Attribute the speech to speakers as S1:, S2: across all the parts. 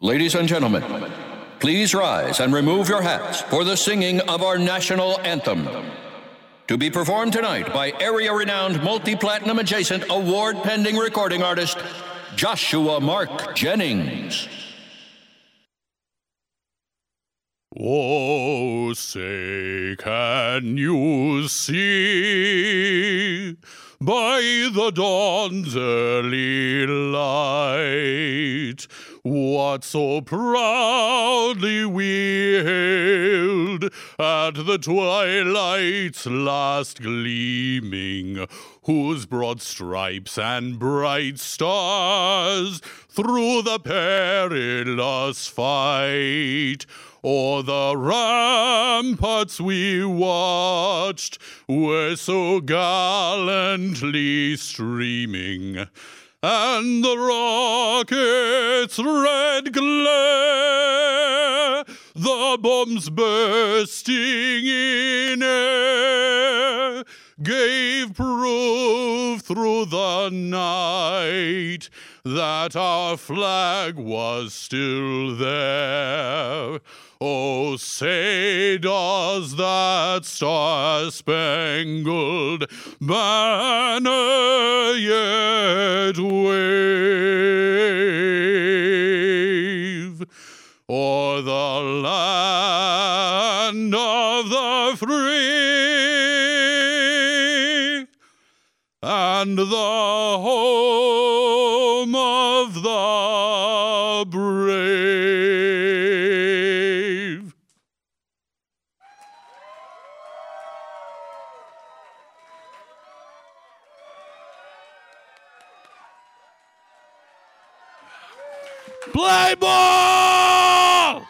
S1: Ladies and gentlemen, please rise and remove your hats for the singing of our national anthem. To be performed tonight by area renowned multi platinum adjacent award pending recording artist Joshua Mark Jennings.
S2: Oh, say, can you see by the dawn's early light what so proudly we hailed at the twilight's last gleaming? whose broad stripes and bright stars through the perilous fight o'er the ramparts we watched were so gallantly streaming and the rocket's red glare, the bombs bursting in air, gave proof through the night that our flag was still there. Oh, say does that star-spangled banner yet wave o'er the land of the free and the home of the brave. Play ball!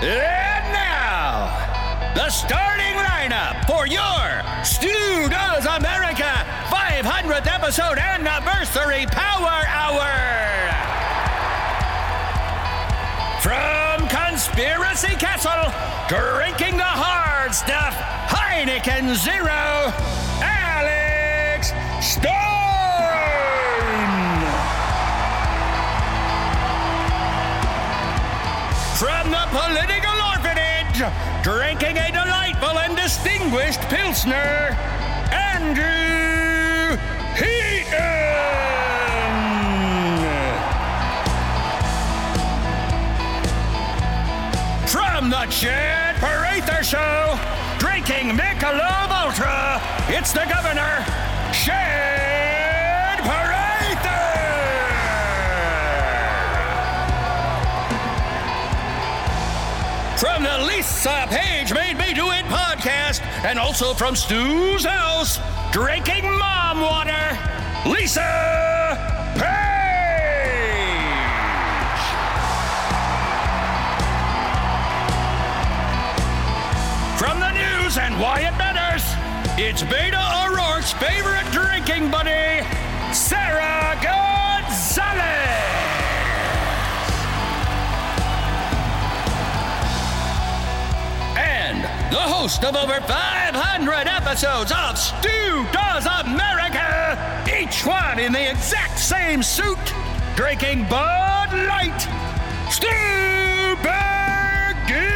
S1: And now, the starting lineup for your Stu Does America 500th episode anniversary power hour. From Conspiracy Castle, drinking the hard stuff, Heineken Zero, Alex Stein. From the political orphanage, drinking a delightful and distinguished Pilsner, Andrew Heaton. From the Chad Parather Show, drinking Michelob Ultra, it's the governor, Chad Parather. from the Lisa Page Made Me Do It podcast, and also from Stu's house, drinking mom water, Lisa Page. From the news and why it matters, it's Beta O'Rourke's favorite drinking buddy, Sarah Gonzalez. and the host of over 500 episodes of Stu Does America, each one in the exact same suit, drinking Bud Light, Stu Bergeer.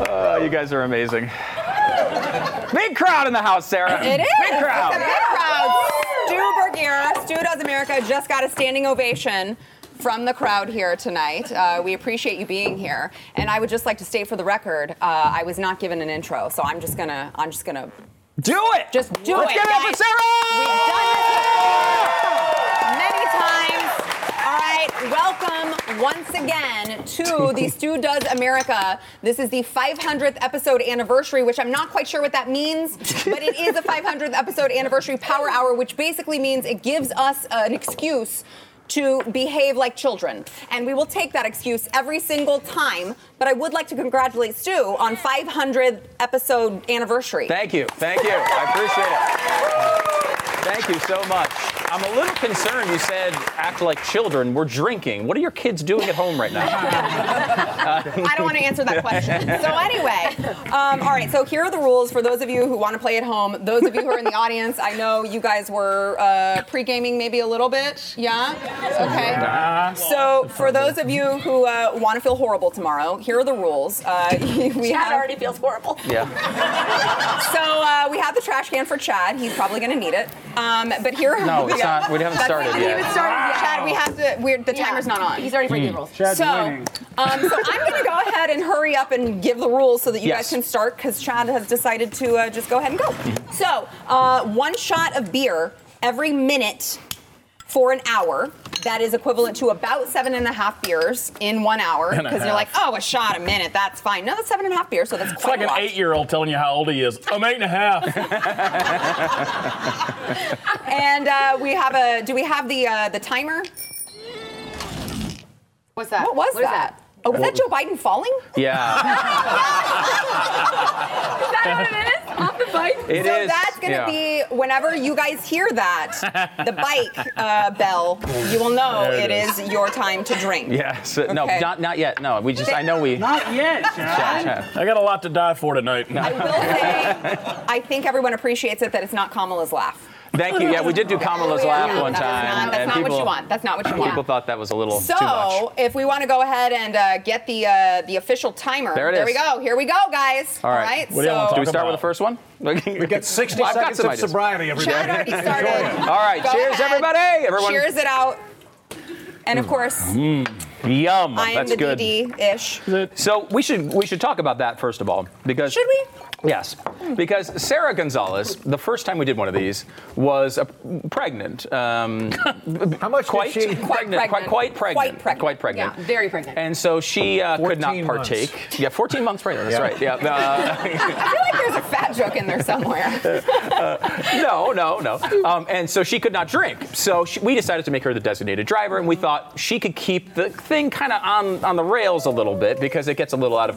S3: Oh, you guys are amazing. Big crowd in the house, Sarah.
S4: It is.
S3: Big crowd.
S4: It's a big crowd. Stu Bergera, Stu Does America just got a standing ovation from the crowd here tonight. Uh, we appreciate you being here, and I would just like to state for the record, uh, I was not given an intro, so I'm just gonna, I'm just gonna
S3: Do it.
S4: Just do
S3: Let's
S4: it,
S3: give it up for
S4: guys.
S3: Sarah.
S4: We've done this before many times. All right, welcome once again to the Stu Does America. This is the 500th episode anniversary, which I'm not quite sure what that means, but it is a 500th episode anniversary power hour, which basically means it gives us an excuse to behave like children. And we will take that excuse every single time. But I would like to congratulate Stu on 500th episode anniversary.
S5: Thank you. Thank you. I appreciate it. Thank you so much. I'm a little concerned you said act like children. We're drinking. What are your kids doing at home right now?
S4: I don't want to answer that question. So anyway, um, all right. So here are the rules for those of you who want to play at home. Those of you who are in the audience, I know you guys were uh, pre-gaming maybe a little bit. Yeah. Okay. So for those of you who uh, want to feel horrible tomorrow, here are the rules. Uh, we
S6: That
S4: have
S6: already feels horrible.
S5: Yeah.
S4: so uh, we have the trash can for Chad. He's probably going to need it. Um, but here are
S5: No, it's
S4: yeah.
S5: not. We haven't
S4: That's-
S5: started
S4: we haven't
S5: yet.
S4: started yet. Chad, we have to. We're, the timer's not on.
S6: He's already breaking the rules.
S7: Chad's
S4: so,
S7: winning.
S4: um, so I'm going to go ahead and hurry up and give the rules so that you guys
S5: Yes.
S4: can start because Chad has decided to uh, just go ahead and go.
S1: Mm-hmm.
S4: So, uh, one shot of beer every minute for an hour. That is equivalent to about seven and a half beers in one hour
S1: And a
S4: because you're
S1: half.
S4: like, oh, a shot a minute, that's fine. No, that's seven and a half beers, so that's
S1: It's
S4: quite
S1: like an
S4: a lot.
S1: eight-year-old telling you how old he is. Oh, I'm eight and a half.
S4: And uh, we have a. Do we have the uh, the timer?
S6: What's that?
S4: What was
S6: is
S4: that? Oh, was that Joe Biden falling?
S5: Yeah.
S6: Is that what it is? On the bike?
S5: It is.
S4: so that's going to
S5: yeah.
S4: be whenever you guys hear that, the bike uh, bell, you will know
S1: There
S4: it
S1: it
S4: is. your time to drink.
S5: Yeah. so- No,
S4: Okay.
S5: not not yet. No, we just. I know we.
S7: Not yet,
S5: Yeah,
S7: Chad.
S5: yeah.
S1: I got a lot to die for tonight.
S4: I will say, I think everyone appreciates it that it's not Kamala's laugh.
S5: Thank you. Yeah, we did do Kamala's laugh
S4: Oh, Yeah,
S5: one
S4: that is
S5: time,
S4: Not, that's
S5: and
S4: not
S5: people
S4: what you want. That's not what you want.
S5: people thought that was a little too much.
S4: So, if we want to go ahead and uh, get the uh, the official timer,
S5: There it
S4: there
S5: is.
S4: we go. Here we go, guys.
S5: All right.
S1: What do you want to
S4: so,
S5: Do we
S1: Talk
S5: start with
S1: about-
S5: the first one? we
S7: Get 60
S5: I've got
S7: seconds
S5: some
S7: of
S5: ideas.
S7: sobriety every
S4: Chad
S7: day.
S4: already started.
S5: All right.
S4: Go
S5: cheers,
S4: ahead.
S5: everybody. Everyone.
S4: Cheers it out. And of course,
S5: Yum.
S4: I am
S5: That's
S4: the
S5: good.
S4: DD-ish.
S5: So we should we should talk about that first of all because
S4: Should we?
S5: Yes, because Sarah Gonzalez, the first time we did one of these, was uh, pregnant. Um,
S7: How much
S5: quite,
S7: did she?
S5: pregnant, quite, quite pregnant,
S4: Quite pregnant.
S5: quite pregnant.
S6: Yeah, very pregnant.
S5: And so she uh, could not
S7: 14 months.
S5: partake. Yeah, 14 months pregnant. That's right. Yeah. Uh,
S4: I feel like there's a fat joke in there somewhere.
S5: no, no, no. Um, and so she could not drink. So she, we decided to make her the designated driver, and we thought she could keep the thing kind of on, on the rails a little bit because it gets a little out of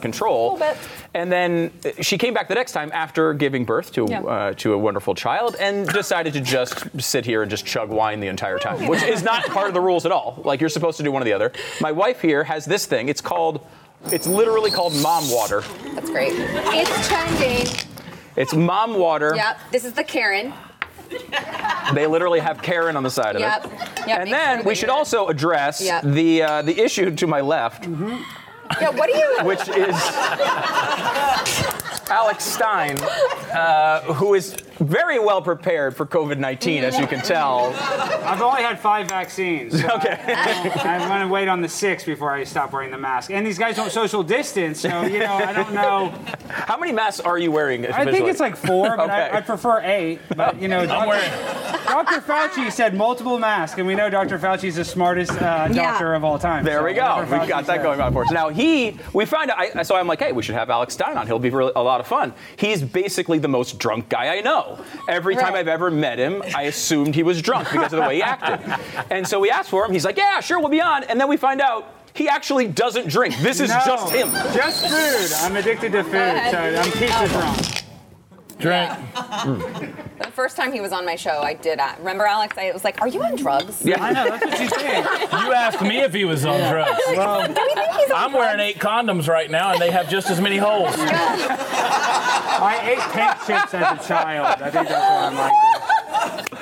S4: A
S5: control.
S4: little bit.
S5: And then uh, she came back the next time after giving birth to,
S4: Yeah.
S5: uh, to a wonderful child and decided to just sit here and just chug wine the entire time, which is not part of the rules at all. Like, you're supposed to do one or the other. My wife here has this thing. It's called, it's literally called mom water.
S4: That's great.
S6: It's trending.
S5: It's mom water.
S6: Yep. This is the Karen.
S5: They literally have Karen on the side of
S6: Yep.
S5: it.
S6: Yep.
S5: and
S6: Make
S5: then
S6: sure
S5: we
S6: that
S5: should
S6: you're-
S5: also address
S4: Yeah.
S5: the uh, the issue to my left,
S4: Yeah, what do you?
S5: which is Alex Stein, uh, who is very well prepared for COVID 19, as you can tell.
S7: I've only had five vaccines. okay. I, am going to wait on the sixth before I stop wearing the mask. And these guys don't social distance, so, you know, I don't know.
S5: How many masks are you wearing?
S7: I think
S5: individually?
S7: it's like four, but
S5: Okay.
S7: I, I prefer eight. But, you know,
S1: I'm
S7: Dr.
S1: wearing.
S7: Dr. Fauci said multiple masks, and we know Dr. Fauci is the smartest uh, doctor of all time.
S5: There
S7: so
S5: we go.
S7: Dr.
S5: We
S7: Fauci
S5: got that
S7: said-
S5: going on for us. Now he, we find out. I, so I'm like, hey, we should have Alex Stein on. He'll be really, a lot of fun. He's basically the most drunk guy I know. Every time
S4: Right.
S5: I've ever met him, I assumed he was drunk because of the way he acted. And so we asked for him. He's like, yeah, sure, we'll be on. And then we find out he actually doesn't drink. This is
S7: No,
S5: just him.
S7: Just food. I'm addicted to food, so
S4: ahead.
S7: I'm pizza drunk.
S1: Drink.
S4: Oh. The first time he was on my show, I did. Uh, remember, Alex? I was like, "Are you on drugs?"
S5: Yeah.
S7: I know, that's what you think.
S1: You asked me if he was on drugs.
S7: Well,
S4: Do we think he's on
S1: I'm wearing eight condoms right now, and they have just as many holes.
S7: I ate pink chips as a child. I think that's why I'm like this.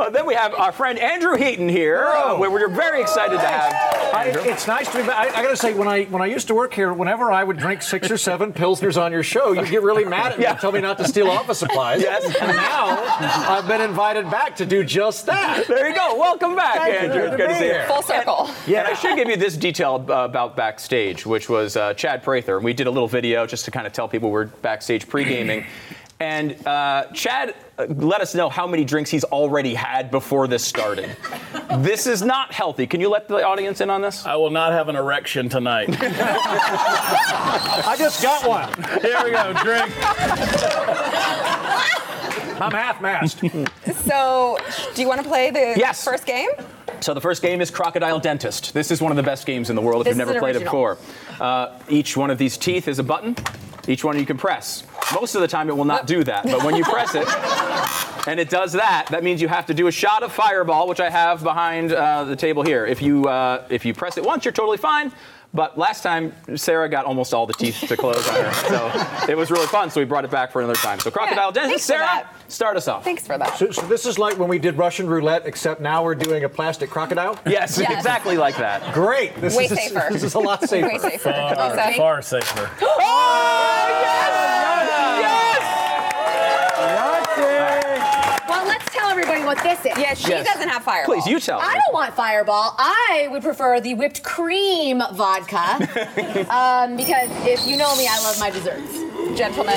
S5: Uh, then we have our friend Andrew Heaton here, uh, where we're very excited to have.
S7: I-
S5: Andrew.
S8: It's nice to be back. I, I gotta say, when I when I used to work here, whenever I would drink six or seven pilsners on your show, you'd get really mad at me
S5: Yeah.
S8: and tell me not to steal office supplies.
S5: Yes.
S8: And now I've been invited back to do just that.
S5: There you go. Welcome back,
S8: Thank you.
S5: Andrew.
S8: Good to be
S5: see you.
S8: here.
S4: full circle.
S5: Yeah, and I should give you this detail ab- about backstage, which was uh, Chad Prather. We did a little video just to kind of tell people we're backstage pre-gaming. And uh, Chad uh, let us know how many drinks he's already had before this started. this is not healthy. Can you let the audience in on this?
S1: I will not have an erection tonight.
S8: I just got one.
S1: Here we go, drink.
S8: I'm half mast.
S4: So, do you want to play the
S5: Yes.
S4: first game?
S5: So the first game is Crocodile Dentist. This is one of the best games in the world if
S4: This
S5: you've
S4: is
S5: never
S4: an
S5: played
S4: original.
S5: it before. Uh, each one of these teeth is a button. Each one you can press. Most of the time it will not do that, but when you press it and it does that, that means you have to do a shot of Fireball, which I have behind uh, the table here. If you uh, if you press it once, you're totally fine. But last time Sarah got almost all the teeth to close on her, so it was really fun. So we brought it back for another time. So Crocodile
S4: thanks
S5: Dentist,
S4: for
S5: Sarah,
S4: that.
S5: start us off.
S4: Thanks for that.
S8: So, so this is like when we did Russian roulette, except now we're doing a plastic crocodile.
S5: Yes,
S4: Yes.
S5: exactly like that.
S8: Great. This
S4: Way
S8: is
S4: safer.
S8: this is a lot safer.
S4: Way safer. Oh,
S1: Far,
S4: Lisa?
S1: far safer.
S5: Oh,
S6: Well, let's tell everybody what this is.
S4: Yeah, she
S5: Yes.
S4: doesn't have fireball.
S5: Please, you tell.
S6: I
S5: me.
S6: don't want Fireball. I would prefer the whipped cream vodka um, because if you know me, I love my desserts.
S4: gentlemen.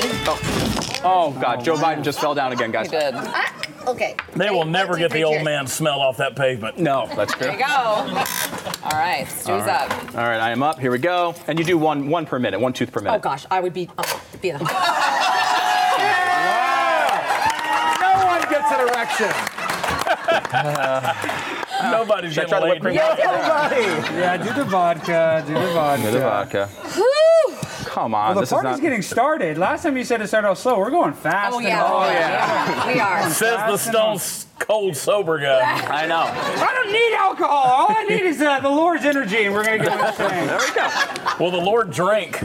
S5: Oh God, Joe Biden just fell down again, guys.
S4: You did. There
S6: I, okay.
S1: They will
S6: Hey,
S1: never
S6: one, two,
S1: get
S6: three,
S1: the old
S6: cheers.
S1: man smell off that pavement.
S5: No, that's true.
S4: you go. All right, Stu's up.
S5: All right, I am up. Here we go. And you do one one per minute, one tooth per minute.
S6: Oh gosh, I would be oh, be in the hospital.
S8: No one gets an erection.
S1: Nobody's
S5: Should
S1: getting
S5: I try to
S1: laid.
S5: whip cream?
S8: Nobody.
S7: Yeah, do the vodka. Do the vodka.
S5: The vodka.
S6: Oh,
S5: Come on,
S7: Well, the
S5: this is
S7: party's
S5: not.
S7: getting started. Last time you said it started off slow. We're going fast.
S4: Oh
S7: and
S4: yeah.
S7: hard.
S4: We are. We are.
S1: Says the Stone's cold sober guy.
S5: I know.
S7: I don't need alcohol. All I need is uh, the Lord's energy, and we're gonna get this thing.
S5: There we go.
S1: Well, the Lord drank.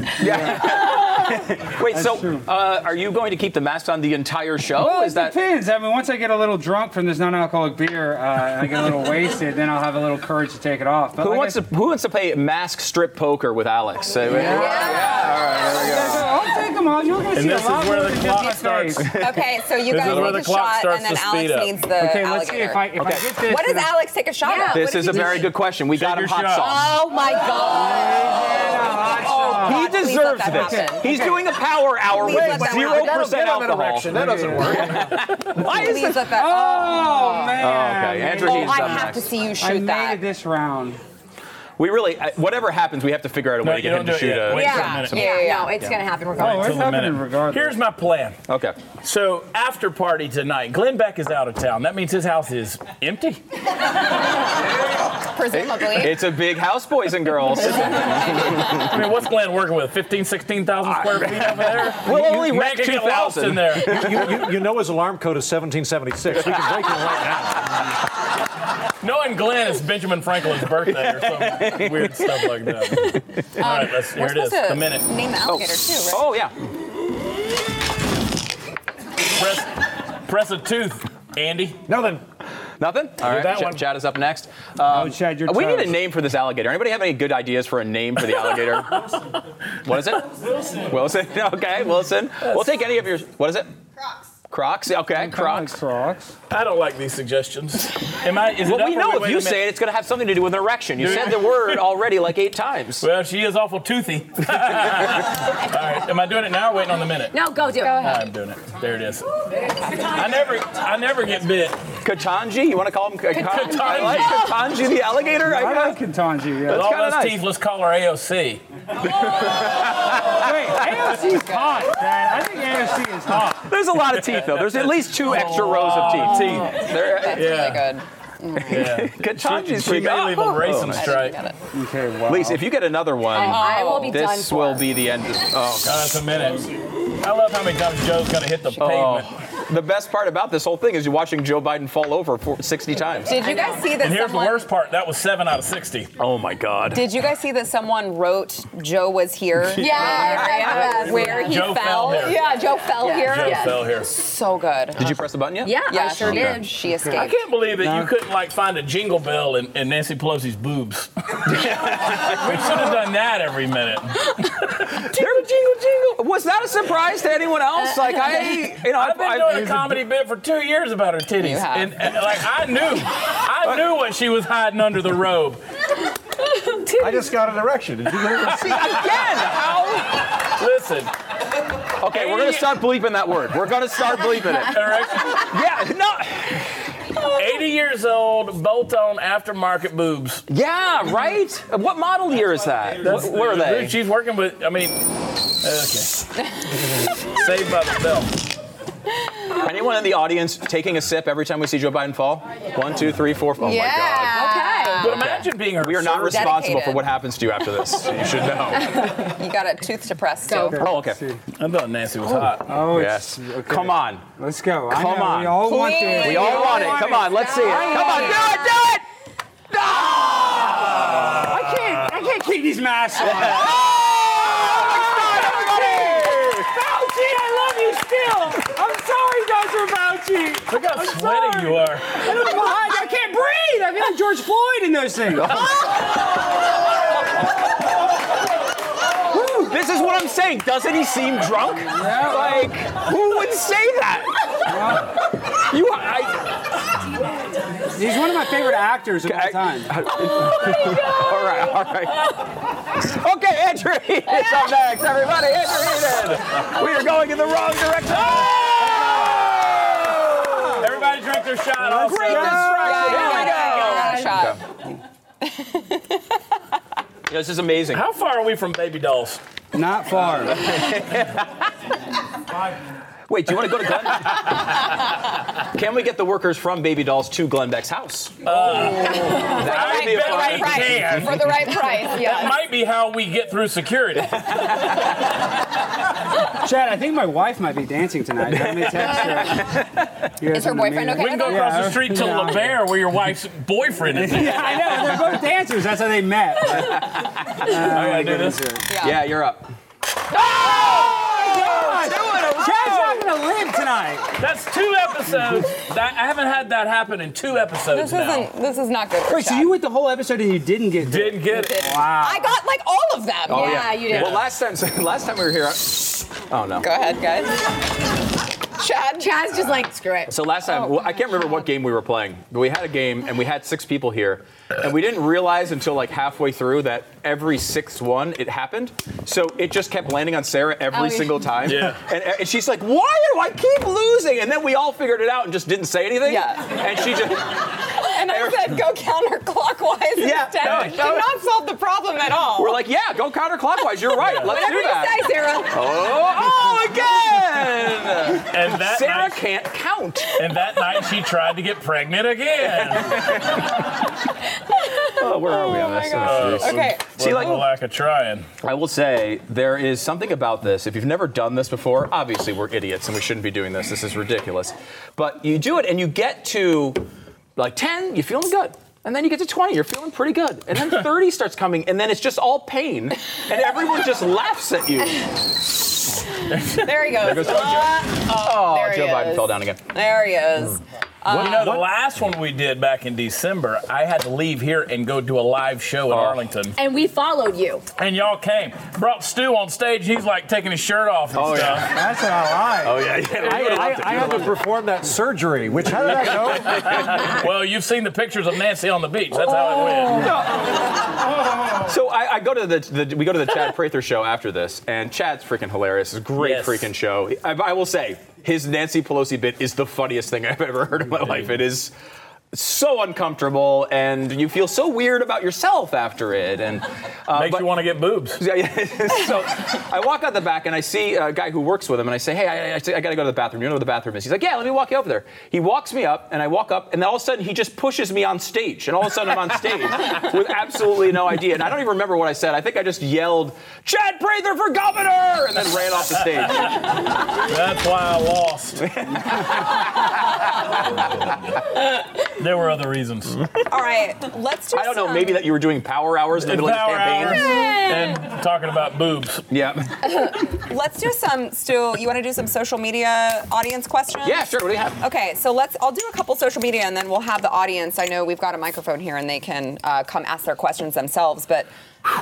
S5: Wait, so
S7: true.
S5: uh, are you going to keep the mask on the entire show?
S7: Well,
S5: is
S7: it
S5: that?
S7: depends. I mean, once I get a little drunk from this non-alcoholic beer, uh, I get a little wasted. Then I'll have a little courage to take it off. But
S5: Who
S7: like
S5: wants
S7: I,
S5: to Who wants to play mask strip poker with Alex? Uh,
S7: I'll take them off. You're gonna see
S1: this
S7: a
S1: is
S7: lot
S1: where
S7: more
S1: the
S7: than
S1: clock
S7: just my face.
S1: starts.
S4: Okay, so you
S1: This
S4: guys
S1: is where
S4: take
S1: the
S4: a
S1: clock
S4: shot,
S1: starts
S4: and then
S1: to
S4: Alex
S1: speed up.
S4: needs the
S7: Okay, let's see
S4: alligator.
S7: if I if I get this.
S4: what does
S7: then-
S4: Alex take a shot at?
S5: This
S4: What
S5: is a
S4: does he
S5: very
S4: do?
S5: good question. We got
S1: Take
S5: him
S1: your shot.
S5: hot sauce.
S4: Oh my God.
S7: Oh,
S5: He
S4: God, please let
S5: deserves
S4: that
S5: this.
S4: happen.
S5: He's doing a power hour
S4: Please
S5: with
S4: let that
S5: zero
S4: happen.
S8: That'll
S5: percent
S8: get him an
S5: alcohol.
S8: erection. That doesn't work.
S5: Why is
S4: Please
S5: this?
S4: let that.
S7: oh man.
S5: okay. Andrew
S4: Oh,
S5: Heath's
S4: I
S5: up
S4: have
S5: next.
S4: to see you shoot
S7: I made
S4: that.
S7: it this round.
S5: We really, I- whatever happens, we have to figure out a way
S1: No,
S5: to
S1: you
S5: get
S1: don't
S5: him to
S1: do it
S5: shoot
S1: yet.
S5: a.
S1: Wait.
S4: yeah,
S1: minute.
S4: yeah, yeah, yeah.
S6: No, it's gonna happen
S7: Oh,
S6: regardless.
S7: it's
S1: Till the
S7: happening
S1: minute.
S7: regardless.
S1: Here's my plan.
S5: Okay.
S1: So after party tonight, Glenn Beck is out of town. That means his house is empty.
S4: Presumably.
S5: It's a big house, boys and girls.
S1: I mean, what's Glenn working with? 15, 16,000 square feet over there?
S5: We'll only rent
S1: Man could get lost
S5: 2,000.
S1: in there.
S8: you, you, you know his alarm code is 1776. We can break it right
S1: Knowing Glenn, it's Benjamin Franklin's birthday or some weird stuff like that. All right, let's, here
S4: We're
S1: it is.
S4: supposed to
S1: The minute.
S4: Name the alligator too, right?
S5: Oh yeah.
S1: Press, press a tooth, Andy.
S8: now. No, then.
S5: Nothing. All right.
S1: that
S5: Ch-
S1: one.
S5: Chad is up next.
S7: Oh, Chad, you're
S5: we need a
S7: toast.
S5: name for this alligator. Anybody have any good ideas for a name for the alligator? what is it? Wilson. Wilson. Okay, Wilson. we'll take any of your. What is it? Crocs. Crocs. Okay, Crocs.
S7: Crocs.
S1: I don't like these suggestions. Am I? Is it
S5: Well,
S1: up
S5: we
S1: or
S5: know if
S1: wait
S5: you
S1: a minute?
S5: say it, it's going to have something to do with an erection. You
S1: Do
S5: said
S1: you?
S5: the word already like eight times.
S1: Well, she is awful toothy. All right, am I doing it now or waiting on the minute?
S6: No, go do it.
S1: I'm doing it. There it is. I never, I never get bit.
S5: Katanji. You want to call him Katanji?
S1: Katanji.
S5: I like Katanji the alligator.
S7: I
S5: I
S7: like
S5: guess.
S7: Kentanji, yeah.
S1: With all
S5: kinda
S1: those
S5: nice.
S1: teeth, let's call her AOC.
S7: Wait, AOC's hot, Dad. I think AOC is hot.
S5: There's a lot of teeth though. There's at least
S1: Oh.
S5: two extra rows of teeth.
S1: Teeth.
S5: There, uh,
S4: That's
S1: Yeah.
S4: really good.
S1: Yeah. Oh. She,
S5: Katanji's
S1: she
S5: pretty
S1: may
S5: good.
S1: leave on
S5: Oh,
S1: racing
S5: nice.
S1: strike.
S4: Got it.
S7: Okay, wow.
S5: Lise, if you get another one,
S6: I will be done
S5: this
S6: for.
S5: will be the end. Oh,
S1: Oh, that's a minute. I love how many times Joe's gonna hit the
S5: Oh.
S1: pavement.
S5: the best part about this whole thing is you're watching Joe Biden fall over for 60 times.
S4: Did you guys see that
S1: And here's
S4: someone?
S1: the worst part. That was seven out of sixty.
S5: Oh my God.
S4: Did you guys see that someone wrote Joe was here?
S6: Yeah, I
S4: Yeah,
S6: read that.
S4: where he
S1: Joe fell
S4: fell.
S1: here.
S4: Yeah, Joe fell here.
S1: Joe
S4: Yeah.
S1: fell here.
S4: So good.
S5: Did you press the button yet?
S6: Yeah,
S4: Yeah,
S6: I sure
S4: she
S6: did.
S4: She
S1: I
S4: escaped.
S1: can't believe that you couldn't like find a jingle bell in, in Nancy Pelosi's boobs. we should have done that every minute.
S5: There, jingle, jingle. Was that a surprise to anyone else? Like
S6: Uh,
S5: I, you know,
S1: I've been doing a comedy bit for two years about her titties,
S4: You have.
S1: And, and, like I knew, I knew what she was hiding under the robe.
S8: I just got an erection. Did you get it?
S5: See, again, how?
S1: Listen,
S5: Okay, we're gonna start bleeping that word. We're gonna start bleeping it.
S1: Eric,
S5: Yeah, no.
S1: 80 years old, bolt on aftermarket boobs.
S5: Yeah, right. What model year is that? What, what are they?
S1: She's working with, I mean, okay. Saved by the bell.
S5: Anyone in the audience taking a sip every time we see Joe Biden fall? One, two, three, four. Oh my God.
S4: yeah.
S1: But imagine being her.
S5: We are not
S1: servant.
S5: responsible for
S4: Dedicated.
S5: what happens to you after this. You should know.
S4: You got a tooth to press too.
S5: Oh, okay.
S1: I thought Nancy was hot.
S7: Oh,
S5: Yes.
S7: it's- okay.
S5: Come on.
S7: Let's go. I
S5: Come
S7: know,
S5: on.
S7: We all want this.
S4: Please.
S5: We all want it. Come on, let's see it. Come on, do it, do it. No! I can't.
S7: I can't keep these masks on.
S5: Fauci, I love you still.
S7: I'm sorry, Dr. Fauci.
S1: Look how sweaty
S7: sorry.
S1: you are.
S7: I don't know why. I can't breathe. I feel like George Floyd in those things.
S5: This is what I'm saying. Doesn't he seem drunk? Like, who would say that? You, I,
S7: He's one of my favorite actors of all time.
S5: all right, all right. Okay, Andrew Heaton is up next, everybody. Andrew Heaton. We are going in the wrong direction. Oh!
S1: Everybody drink their shot. Also.
S5: Great distraction. Here we go.
S4: Oh Got a shot.
S5: This is amazing.
S1: How far are we from baby dolls?
S7: Not far.
S5: Wait, do you want to go to Glenn? Can we get the workers from Baby Dolls to Glenn Beck's house? that would be a
S1: bet
S5: fun.
S1: I can.
S4: For the right price,
S1: That
S4: yeah.
S1: might be how we get through security.
S7: Chad, I think my wife might be dancing tonight. Let me text her. You guys
S4: Is her
S7: wanna meet
S4: boyfriend okay
S1: We can go
S4: with
S7: Yeah.
S4: that?
S1: across the street to
S7: Yeah.
S1: La Bear where your wife's boyfriend is.
S7: Yeah, I know. They're both dancers. That's how they met.
S1: I gotta do this.
S5: Yeah, you're up.
S7: Chad's not going to live tonight.
S1: That's two episodes. That, I haven't had that happen in two episodes
S4: This
S1: now.
S4: isn't. This is not good for
S7: Wait, so
S4: Chad.
S7: you went the whole episode and you didn't get
S1: Didn't get it.
S7: Wow.
S4: I got like all of them.
S5: Oh,
S4: yeah.
S5: yeah.
S6: you did.
S5: Well, last time, last time we were here. Oh no.
S4: Go ahead, guys. Chad.
S6: Chad's just like, screw it.
S5: So last
S4: Oh,
S5: time, well, I can't remember what game we were playing, but we had a game and we had six people here, and we didn't realize until like halfway through that every sixth one it happened. So it just kept landing on Sarah every
S6: Oh, yeah.
S5: single time.
S1: Yeah.
S5: And, and she's like, "Why do I keep losing?" And then we all figured it out and just didn't say anything.
S4: Yeah.
S5: And she just,
S4: And I said go counterclockwise
S5: Yeah,
S4: instead.
S5: no,
S4: I did
S5: no.
S4: not solve the problem at all.
S5: we're like, "Yeah, go counterclockwise. You're right. Let's
S4: Whatever
S5: do
S4: you
S5: that."
S4: say, Sarah.
S5: Oh, oh, again!
S1: And that,
S5: Sarah
S1: night,
S5: can't count.
S1: and that night she tried to get pregnant again.
S5: Oh, where are we on this? Oh,
S4: Okay.
S1: What
S5: See,
S1: a
S5: like,
S1: lack of trying.
S5: I will say there is something about this. If you've never done this before, obviously we're idiots and we shouldn't be doing this. This is ridiculous. But you do it and you get to like 10, you're feeling good. And then you get to 20, you're feeling pretty good. And then 30 starts coming, and then it's just all pain. And everyone just laughs at you.
S4: There he goes.
S5: goes Joe.
S4: oh,
S5: Oh,
S4: there
S5: Joe
S4: he
S5: Biden
S4: is.
S5: fell down again.
S4: There he is.
S1: you know, the
S8: Um,
S1: last one we did back in December, I had to leave here and go do a live show
S8: Oh.
S1: in Arlington.
S6: And we followed you.
S1: And y'all came. Brought Stu on stage. He's like taking his shirt off and
S5: Oh,
S1: stuff.
S7: That's what I like.
S5: Oh, yeah. yeah.
S8: I, I, I had to perform that surgery, which how did that go?
S1: Well, you've seen the pictures of Nancy on the beach. That's how it went.
S5: So I, I go to the, the we go to the Chad Prather show after this, and Chad's freaking hilarious. It's a great
S1: Yes.
S5: freaking show. I, I will say his Nancy Pelosi bit is the funniest thing I've ever heard in my life. It is so uncomfortable, and you feel so weird about yourself after it, and uh,
S1: Makes
S5: but-
S1: you want to get boobs.
S5: yeah, yeah. so I walk out the back and I see a guy who works with him and I say, hey, I, I, I got to go to the bathroom. You know where the bathroom is? He's like, yeah, let me walk you over there. He walks me up and I walk up and then all of a sudden he just pushes me on stage and all of a sudden I'm on stage with absolutely no idea. And I don't even remember what I said. I think I just yelled, Chad Prather for governor and then ran off the stage.
S1: That's why I lost. Oh. there were other reasons.
S4: All right. Let's do
S5: I don't know,
S4: some-
S5: maybe that you were doing power hours in the middle of
S1: Power
S5: the
S1: hours
S5: campaign.
S1: and talking about boobs.
S5: Yeah.
S4: Let's do some, Stu. You want to do some social media audience questions?
S5: Yeah, sure. What do you have?
S4: Okay, so let's. I'll do a couple social media, and then we'll have the audience. I know we've got a microphone here, and they can uh, come ask their questions themselves. But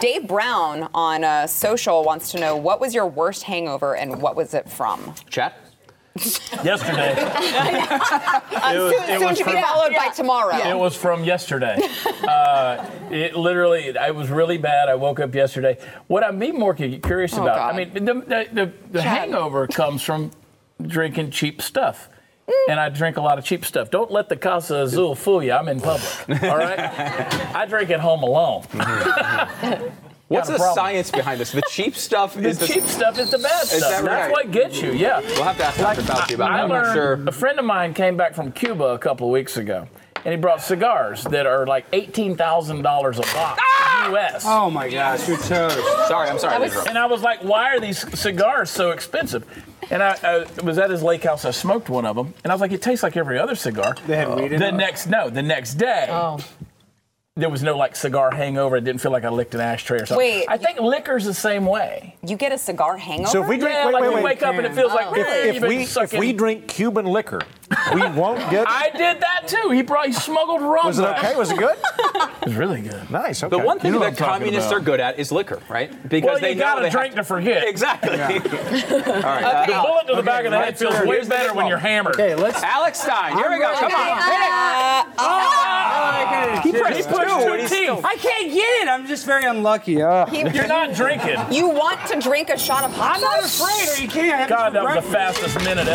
S4: Dave Brown on uh, social wants to know what was your worst hangover, and what was it from?
S5: Chad?
S1: yesterday. it was,
S4: soon soon to be followed by tomorrow.
S1: It was from yesterday. Uh, it literally, I was really bad. I woke up yesterday. What I'm being more cu- curious about,
S4: Oh, God.
S1: I mean, the, the, the, the hangover comes from drinking cheap stuff. And I drink a lot of cheap stuff. Don't let the Casa Azul fool you. I'm in public. All right? I drink at home alone.
S5: What's
S1: Got a
S5: the
S1: problem.
S5: science behind this? The cheap stuff
S1: The
S5: is the
S1: cheap stuff is the bad stuff.
S5: that right?
S1: That's what gets you, yeah.
S5: We'll have to ask Dr. Fauci about
S1: I
S5: that. I'm
S1: learned,
S5: not sure.
S1: A friend of mine came back from Cuba a couple of weeks ago, and he brought cigars that are like eighteen thousand dollars a box,
S8: Ah!
S1: U.S.
S7: Oh my gosh, you're toast.
S5: Sorry, I'm sorry.
S4: was-
S5: Israel.
S1: And I was like, why are these cigars so expensive? And I, I was at his lake house. I smoked one of them, and I was like, it tastes like every other cigar.
S7: They had weed in
S1: The
S7: it?
S1: next, no, the next day.
S6: Oh.
S1: There was no like cigar hangover. It didn't feel like I licked an ashtray or something.
S4: Wait.
S1: I think liquor's the same way.
S4: You get a cigar hangover.
S8: So if we drink,
S1: Yeah,
S8: wait,
S1: like
S8: wait,
S1: you
S8: wait. Oh,
S1: wake up and it feels like "Eh,
S8: if,
S1: you've
S8: if
S1: been
S8: we if
S1: sucking
S8: we drink Cuban liquor, we won't get.
S1: I did that too. He brought he smuggled rum.
S8: was it
S1: back.
S8: okay? Was it good?
S1: It was really good.
S8: Nice. Okay.
S5: The one thing
S1: You know what
S5: that
S1: I'm talking
S5: communists
S1: about.
S5: are good at is liquor, right? Because
S1: Well,
S5: they
S1: you
S5: know
S1: got to
S5: they have
S1: drink to forget.
S5: Exactly. All right. uh,
S1: The bullet to the back of the head
S5: let's-
S1: feels way
S5: here's the
S1: better
S5: big
S1: when
S5: one.
S1: you're hammered.
S8: Okay, let's.
S5: Alex Stein, here we go. Come on.
S4: Uh,
S5: Hit it. He
S1: He
S5: pressed
S1: pushed
S5: two.
S1: two
S5: and he's
S1: teeth.
S7: I can't get it. I'm just very unlucky. Uh,
S1: You're not drinking.
S4: you want to drink a shot of hot
S7: I'm not
S4: sauce?
S7: afraid. Are you kidding? I have
S1: God,
S7: this
S1: that was the
S7: breakfast.
S1: fastest minute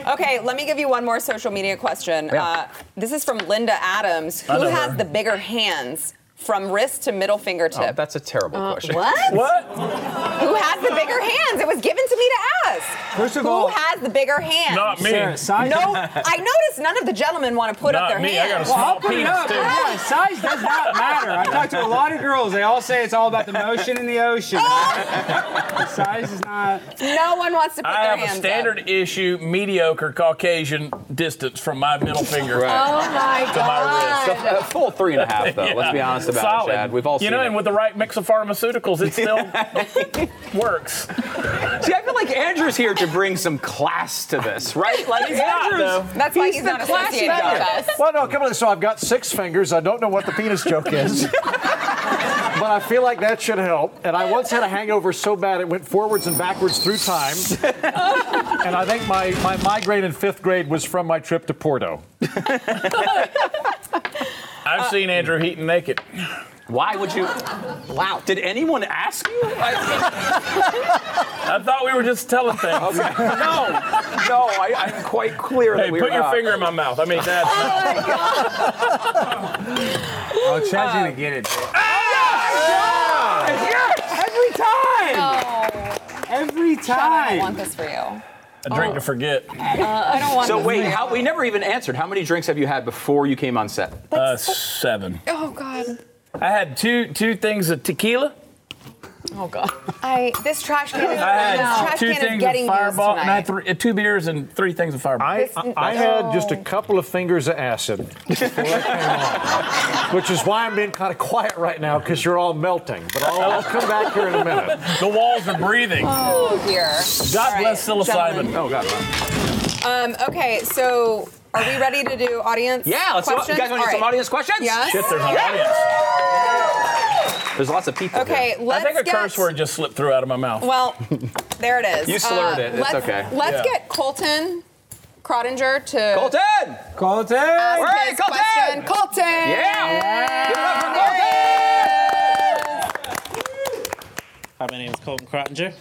S1: ever.
S4: Okay, let me give you one more social media question. Uh, this is from Linda Adams.
S1: I
S4: Who
S1: know
S4: has
S1: her.
S4: the bigger hands? From wrist to middle
S5: Oh,
S4: fingertip.
S5: that's a terrible question.
S6: What?
S1: What?
S4: Who has the bigger hands? It was given to me to ask.
S7: First of
S4: Who
S7: all-
S4: has the bigger hands?
S1: Not me.
S7: Sarah, size.
S4: No, I noticed none of the gentlemen want to put up
S1: Not
S4: their
S1: me. I got a
S4: hands.
S7: Well,
S1: small
S7: I'll put it
S1: penis
S7: up.
S1: too.
S7: Yeah, size does not matter. I talked to a lot of girls. They all say it's all about the motion in the ocean. size is not.
S4: no one wants to put
S1: I
S4: their
S1: have
S4: hands
S1: a standard
S4: up.
S1: issue, mediocre Caucasian distance from my middle finger.
S6: Oh my
S1: my
S6: god.
S5: A uh, full three and a half, though. Let's be honest about
S1: Solid.
S5: it, Chad. We've all
S1: you
S5: seen
S1: know,
S5: it.
S1: and with the right mix of pharmaceuticals, it still works.
S5: See, I feel like Andrew's here to bring some class to this, right? Like
S1: He's not,
S5: Andrew's.
S1: though.
S4: That's why he's, not
S5: the classy
S4: associated with
S5: guy.
S4: us.
S8: Well, no, come on. So I've got six fingers. I don't know what the penis joke is. But I feel like that should help. And I once had a hangover so bad it went forwards and backwards through time. and I think my, my migraine in fifth grade was from my trip to Porto.
S1: I've seen Andrew Heaton naked.
S5: Why would you? Wow. Did anyone ask you? I,
S1: I thought we were just telling things.
S7: Oh,
S5: okay. No, no. I, I'm quite clear
S1: Hey,
S5: that we
S1: put
S5: were
S1: your
S5: not.
S1: finger in my mouth. I mean, that's.
S7: Oh, Chad's gonna get it. Oh. Every
S4: Sean, I don't want
S7: time.
S4: this for you.
S1: A drink to forget.
S4: I don't want
S5: So
S4: this
S5: wait,
S4: for you.
S5: how, we never even answered. How many drinks have you had before you came on set?
S1: Uh, seven.
S4: Oh God.
S1: I had two two things of tequila.
S4: Oh God. I this trash can is,
S1: I had
S4: this trash
S1: two
S4: can is
S1: things of
S4: getting
S1: Fireball,
S4: used
S1: and I had
S4: tonight.
S1: three, uh, two beers and three things of Fireball.
S8: I,
S4: This-
S8: I, I
S1: Oh.
S8: had just a couple of fingers of acid, before I came on, which is why I'm being kind of quiet right now because you're all melting. But I'll, I'll come back here in a minute.
S1: the walls are breathing.
S4: Oh dear.
S1: God
S4: All right,
S1: bless psilocybin.
S4: gentlemen.
S5: Oh God.
S4: Um, okay, so are we ready to do audience?
S5: Yeah, let's.
S4: questions?
S5: You guys want to
S4: All
S5: do some
S4: right.
S5: audience questions?
S4: Yes.
S1: Shit, there's an audience.
S5: There's lots of people. here.
S4: Okay,
S1: I
S4: let's
S1: think a
S4: get.
S1: curse word just slipped through out of my mouth.
S4: Well, there it is. Uh,
S5: You slurred it. It's
S4: let's-
S5: okay.
S4: Let's
S1: Yeah.
S4: get Colton Crottinger to
S5: Colton.
S7: Colton.
S4: ask
S5: All right,
S4: his
S5: Colton!
S4: question. Colton.
S5: Yeah. Give it up for
S4: There
S5: Colton.
S9: Hi, my name is Colton Crottinger.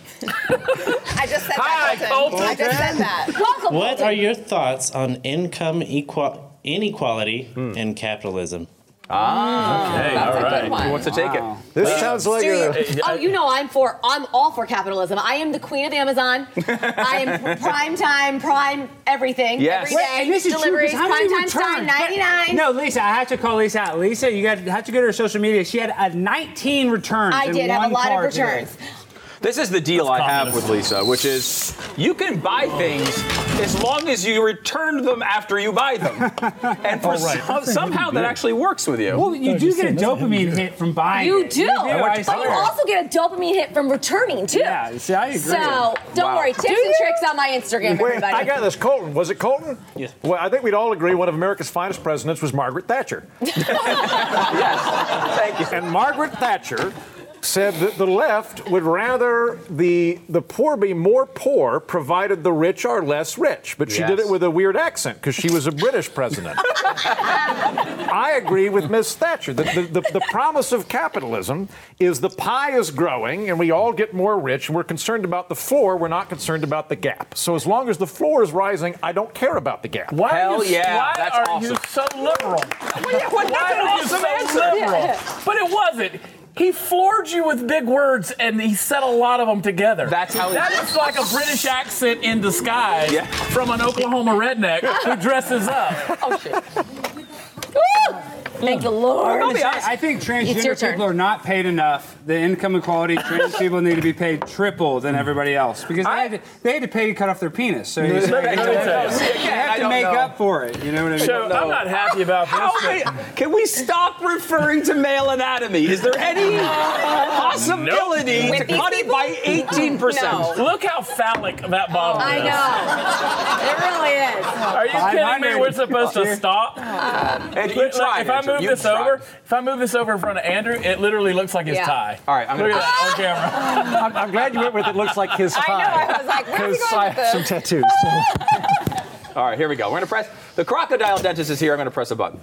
S4: I just said
S1: Hi,
S4: that.
S1: Colton.
S4: I just said that.
S6: Welcome.
S9: What are your thoughts on income equa- inequality in capitalism?
S1: hey,
S4: That's
S1: all
S4: a
S1: right.
S4: good one.
S5: Who wants to take it?
S8: This sounds like
S4: Do you-
S8: a,
S6: Oh, you know I'm for I'm all for capitalism. I am the queen of Amazon. I am prime time, prime everything.
S5: Yes.
S6: Every
S7: Wait,
S6: day,
S7: and this is true
S6: deliveries,
S7: because how
S6: prime
S7: many
S6: time
S7: returns?
S6: Stein, 99.
S7: No, Lisa, I have to call Lisa out. Lisa, you got have to go to her social media. She had a 19 returns.
S6: I
S7: in
S6: did have
S7: one
S6: a lot of
S7: car today.
S6: returns.
S5: This is the deal I
S1: communist.
S5: have
S1: Oh.
S5: with Lisa, which is you can buy things as long as you return them after you buy them. And for some- somehow that actually works with you.
S7: Well, you do get a dopamine hit from buying.
S6: You
S7: it.
S6: do.
S7: I
S6: but you
S7: swear.
S6: also get a dopamine hit from returning too.
S7: Yeah, see, I agree.
S6: So don't
S5: Wow.
S6: worry, tips and tricks on my Instagram,
S8: Wait,
S6: everybody.
S8: I got this. Colton. Was it Colton?
S9: Yeah.
S8: Well, I think we'd all agree one of America's finest presidents was Margaret Thatcher.
S5: Yes. Thank you.
S8: And Margaret Thatcher said that the left would rather the the poor be more poor, provided the rich are less rich. But she did
S5: Yes.
S8: it with a weird accent because she was a British president. I agree with Ms. Thatcher. The, the, the, the promise of capitalism is the pie is growing and we all get more rich. We're concerned about the floor. We're not concerned about the gap. So as long as the floor is rising, I don't care about the gap.
S1: Why
S5: Hell
S1: are you,
S5: yeah,
S1: why
S5: that's
S1: are
S5: awesome.
S1: you so liberal?
S4: Well, that's
S1: Why
S4: an
S1: are you
S4: awesome
S1: so
S4: answer.
S1: liberal? But it wasn't. He floored you with big words, and he said a lot of them together.
S5: That's how he-
S1: That is like a British accent in disguise
S5: Yeah.
S1: from an Oklahoma redneck who dresses up.
S6: Oh shit. Woo! Thank the Lord.
S5: I'll be honest.
S7: I think
S6: It's your
S7: transgender
S6: turn.
S7: people are not paid enough. The income equality, trans people need to be paid triple than everybody else because
S1: I-
S7: they, had to, they had to pay to cut off their penis. So you they
S1: I don't
S7: have
S1: know.
S7: to, they have
S5: I
S7: to
S5: don't
S7: make
S5: know.
S7: up for it. You know what I mean?
S1: So I'm not happy about this.
S5: How
S1: but-
S5: many- can we stop referring to male anatomy? Is there any possibility
S4: With
S5: to
S4: these
S5: cut it by 18%?
S4: No.
S1: Look how phallic that bottle
S4: Oh,
S6: I
S1: is.
S6: know. It really is.
S1: Are you kidding me?
S7: 500.
S1: We're supposed to
S7: Sure.
S1: stop.
S5: And you
S1: Look,
S5: try,
S1: if I
S5: Andrew,
S1: move
S5: you
S1: this
S5: try.
S1: over, if I move this over in front of Andrew, it literally looks like his
S4: Yeah.
S1: tie.
S5: All right, I'm
S1: Look
S5: gonna-
S1: at that on camera.
S8: I'm, I'm glad you went with it looks like his
S4: I know. I
S8: tie.
S4: was like, where's
S8: Because
S4: he
S8: I
S4: going
S8: have some
S4: with this?
S8: tattoos.
S5: All right, here we go. We're gonna press the crocodile dentist is here. I'm gonna press a button.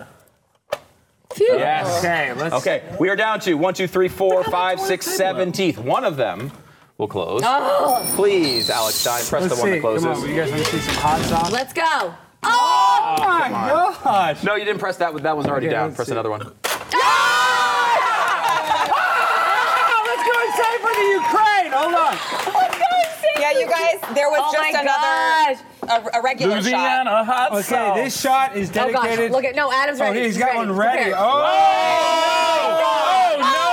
S5: Yes.
S7: okay, let's.
S5: Okay, we are down to one, two, three, four, five, six, seven teeth. One of them will close. Please, Alex Stein, press
S7: Let's
S5: the one
S7: see.
S5: that closes.
S7: Come on, you guys want to see some hot sauce?
S6: Let's go. Oh!
S7: oh my gosh!
S5: No, you didn't press that one. That one's already
S7: Okay,
S5: down.
S7: let's
S5: Press
S7: see.
S5: another one.
S7: Oh, let's go inside for the Ukraine. Hold on.
S4: Yeah, you guys, there was
S6: Oh
S4: just
S6: my
S4: another a, a regular shot.
S1: Louisiana hot
S7: Okay,
S1: sauce.
S7: this shot is
S6: Oh gosh,
S7: dedicated.
S6: look at no, Adam's
S7: oh,
S6: ready.
S7: he's got one ready.
S6: Prepared.
S7: Oh!
S1: Oh, no!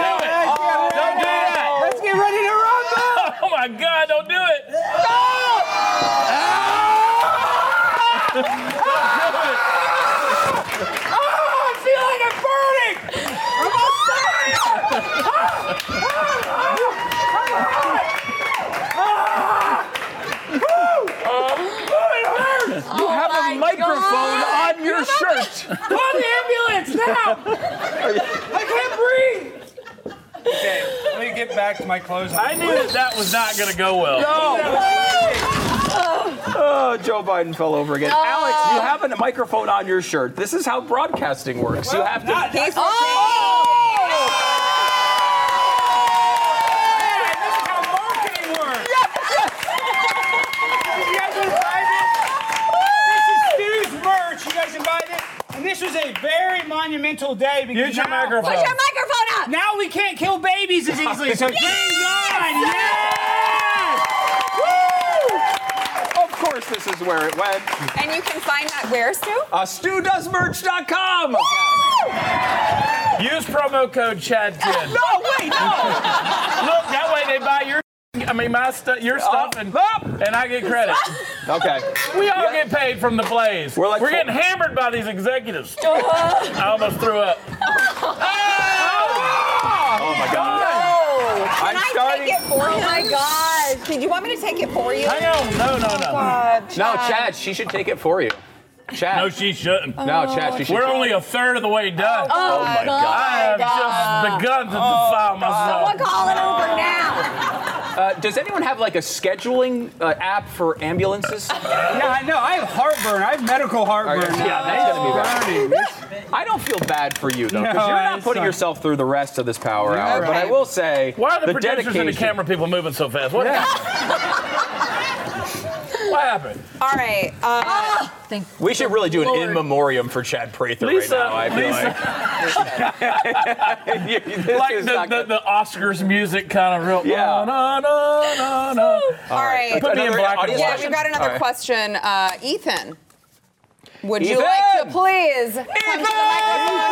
S1: Don't do it! Don't do that!
S7: Let's get ready to rumble!
S1: Oh my God! Don't do it!
S7: Oh,
S6: You have a microphone
S1: on your shirt.
S7: Okay, let me get back to my clothes.
S1: I knew that that was not going to go well.
S5: Oh, Joe Biden fell over again. Alex, you have a microphone on your shirt. This is how broadcasting works. you have to.
S4: He's
S5: Oh!
S7: You guys invited it? This is Stu's merch. You guys invited it? And this was a very monumental day because
S1: Use your
S7: now,
S1: microphone.
S4: Push your microphone up.
S7: now we can't kill babies as easily. So thank God! Yes!
S5: Of course, this is where it went.
S4: And you can find that where, Stu?
S5: Uh, StuDoesMerch.com.
S1: Use promo code CHAD10. Look,
S5: No, wait, no.
S1: that way they buy your, I mean, my stuff,
S5: Oh.
S1: your stuff, and,
S5: Up.
S1: and I get credit.
S5: Okay.
S1: We all get paid from the plays.
S5: We're like- Uh-huh.
S1: getting hammered by these executives. I almost threw up.
S5: Oh my God.
S4: No. Can
S5: I'm
S4: I
S5: starting-
S4: take it for
S6: Oh
S4: you?
S6: my god.
S4: Did you want me to take it for you?
S1: Hang on. No, no,
S5: Oh,
S1: no.
S4: Uh,
S5: No, Chad, she should take it for you. Chad.
S1: No, she shouldn't.
S5: No, Chad, Oh, she should.
S1: We're only a third of the way done.
S6: Oh, my
S1: I have just begun to
S5: Oh,
S1: defile myself.
S6: Someone call it over now.
S5: Uh, does anyone have like a scheduling uh, app for ambulances?
S7: Yeah, I know. I have heartburn. I have medical heartburn.
S5: Yeah,
S7: now.
S5: that's gonna be bad.
S7: Burning.
S5: I don't feel bad for you though, because
S7: No,
S5: you're not
S7: it's
S5: putting
S7: not.
S5: yourself through the rest of this power hour. But
S4: right.
S5: I will say,
S1: Why are the, producers
S5: dedication.
S1: and the camera people moving so fast? What, what happened?
S4: All right. Uh,
S6: Thank
S5: We should really do an
S6: Lord.
S5: in memoriam for Chad Prather
S1: Lisa,
S5: right now. I feel like. This
S1: like
S5: is
S1: the,
S5: not
S1: the,
S5: good.
S1: the Oscars music kind of real.
S5: Yeah.
S1: Na, na, na, na.
S4: all right.
S1: Put me in
S5: Another
S1: black and
S5: audience
S4: Yeah,
S1: white.
S4: we've
S5: question?
S4: got another
S5: All right.
S4: question. Uh, Ethan, would you
S5: Ethan!
S4: like to please come to the microphone?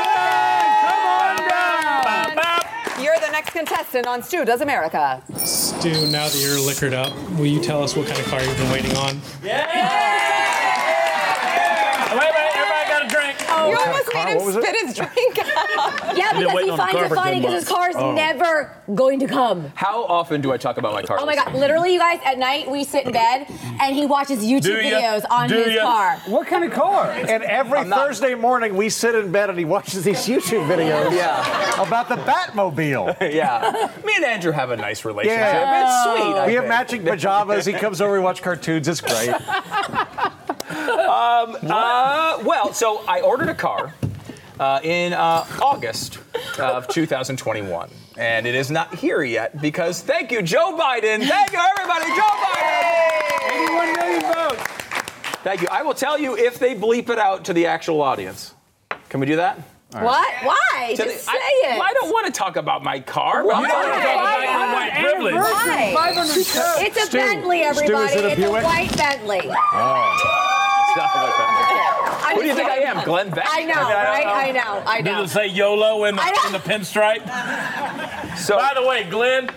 S1: Bop, bop.
S4: You're the next contestant on Stu Does America.
S10: Stu, now that you're liquored up, will you tell us what kind of car you've been waiting on?
S1: Wait, wait, everybody got a drink.
S6: Oh,
S4: you almost made made him
S8: What was it?
S4: spit his drink out.
S6: Yeah,
S1: been
S6: because
S1: waiting
S6: he
S1: on the
S6: finds
S1: car
S6: it
S1: for
S6: funny
S1: 10
S6: because his
S1: months.
S6: car's
S5: Oh.
S6: never going to come.
S5: How often do I talk about my car?
S6: Oh my god! Literally, you guys, at night we sit in bed and he watches YouTube
S1: Do ya?
S6: videos on
S1: Do
S6: his
S1: ya?
S6: car.
S7: What kind of car?
S8: And every Thursday morning, we sit in bed and he watches these YouTube videos
S5: Yeah.
S8: about the Batmobile.
S5: Yeah. Me and Andrew have a nice relationship.
S8: Yeah.
S5: It's sweet. I
S8: We have
S5: think.
S8: matching pajamas. He comes over, we watch cartoons. It's great.
S5: Uh, well, so I ordered a car uh, in uh, August of 2021, and it is not here yet because thank you, Joe Biden. Thank you, everybody, Joe Biden.
S7: 81 million votes.
S5: Thank you. I will tell you if they bleep it out to the actual audience. Can we do that?
S6: What? Why?
S5: To the-
S6: Just say
S5: I,
S6: it.
S5: I don't want to talk about my car. but I'm
S1: You don't
S5: talking
S1: talk
S5: about-
S1: about your
S6: Why?
S1: white privilege.
S6: Why? It's a
S8: Stu,
S6: Bentley,
S8: Stu, is
S6: everybody.
S8: it a
S6: it's
S8: Buick?
S6: a white Bentley.
S5: Stop about that.
S6: I'm
S5: Who do you
S6: just
S5: think I
S6: kidding.
S5: am, Glenn Beck?
S6: I know,
S5: I mean, I
S6: right?
S5: don't
S6: I know. I
S1: Does
S6: know.
S1: it say YOLO in the,
S6: I know.
S1: in the pinstripe?
S5: So,
S1: By the way, Glenn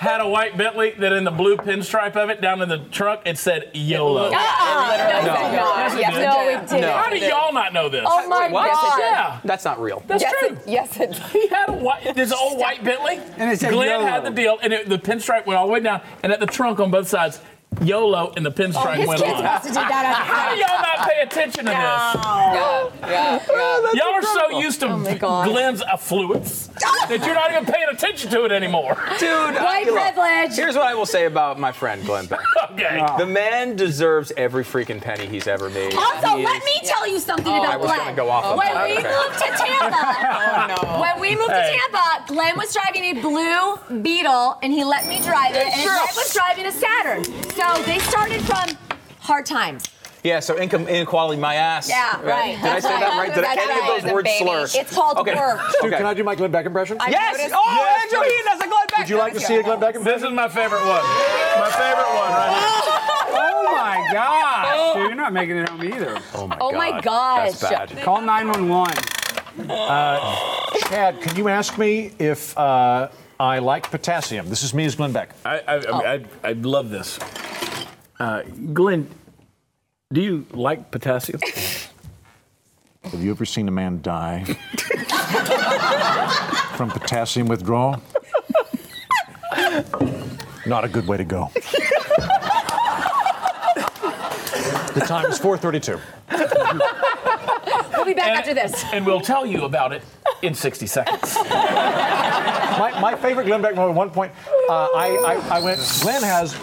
S1: had a white Bentley that in the blue pinstripe of it down in the trunk it said YOLO.
S6: Uh-uh. No,
S5: No.
S6: it did not.
S1: Yes, it
S6: Yes,
S1: did.
S6: no, it did.
S1: How do y'all not know this?
S6: Oh my
S5: What?
S6: god.
S1: yeah,
S5: that's not real.
S1: that's
S4: yes,
S1: true.
S4: it, yes, it did.
S1: He had a white, this old white Bentley.
S7: And it said
S1: Glenn
S7: YOLO.
S1: had the deal, and it, the pinstripe went all the way down, and at the trunk on both sides, YOLO and the pinstripe
S6: Oh, His
S1: went
S6: kids
S1: on.
S6: must have did that.
S1: How do y'all not pay attention to this?
S4: Yeah, yeah, yeah.
S1: Y'all are so used to
S6: Oh my God.
S1: Glenn's affluence that you're not even paying attention to it anymore.
S5: Dude,
S6: White
S5: look,
S6: privilege.
S5: Here's what I will say about my friend Glenn Beck.
S1: Okay.
S5: The man deserves every freaking penny he's ever made.
S6: Also,
S5: He
S6: let
S5: is- Oh,
S6: me tell you something
S5: I
S6: about
S5: was
S6: Glenn.
S5: gonna go off on
S6: when
S5: that.
S6: we
S5: Okay.
S6: moved to
S1: Oh,
S6: Tampa, when we moved
S1: Hey.
S6: to Tampa, Glenn was driving a blue Beetle, and he let me drive it, and his wife was driving a Saturn. So they started from hard times.
S5: Yeah, so income inequality, my ass.
S6: Yeah, right.
S5: Did I say that right? Did I,
S6: That's
S5: any
S6: right.
S5: of those words
S4: Baby.
S5: slur?
S6: It's called
S5: Okay.
S6: work.
S8: Stu,
S5: Okay.
S8: can I do my Glenn Beck impression?
S4: I
S5: Yes!
S4: noticed-
S5: Oh, Andrew Heaton has a Glenn Beck.
S8: Would you like to see a Glenn Beck impression?
S1: This is my favorite one. My favorite one right
S7: Oh my
S5: Oh.
S7: gosh. Dude, you're not making it home either.
S6: Oh my gosh.
S5: That's bad.
S7: Call 911.
S8: Chad, can you ask me if uh, I like potassium? This is me as Glenn Beck.
S1: I, I, I, I, I love this. Uh, Glenn, do you like potassium?
S8: Have you ever seen a man die from potassium withdrawal? Not a good way to go. the time is 4:32.
S6: We'll be back after this.
S1: and we'll tell you about it in 60 seconds.
S8: My, my favorite Glenn Beck moment. At one point, uh, I, I I went. Glenn has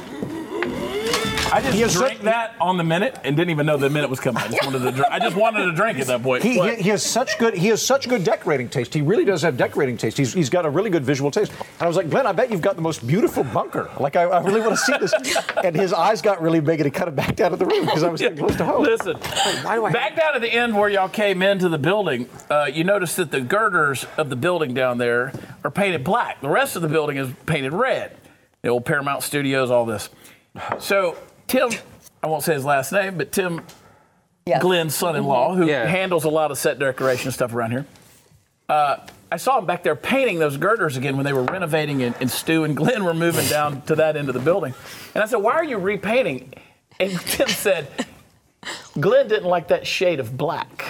S1: I just
S8: He has
S1: drank
S8: such-
S1: that on the minute and didn't even know the minute was coming. I just wanted to drink. I just wanted to drink at that point.
S8: He, he,
S1: What?
S8: he has such good he has such good decorating taste. He really does have decorating taste. He's, he's got a really good visual taste. And I was like, Glenn, I bet you've got the most beautiful bunker. Like I, I really want to see this. and his eyes got really big, and he kind of backed out of the room because I was like, close to home.
S1: Listen, back down at the end where y'all came into the building, uh, you notice that the girders of the building down there are painted black. The rest of the building is painted red. The old Paramount Studios, all this. So Tim, I won't say his last name, but Tim
S4: Yes.
S1: Glenn's son-in-law, who
S5: Yeah.
S1: handles a lot of set decoration stuff around here. Uh, I saw him back there painting those girders again when they were renovating, and, and Stu and Glenn were moving down to that end of the building. And I said, "Why are you repainting?" And Tim said, "Glenn didn't like that shade of black."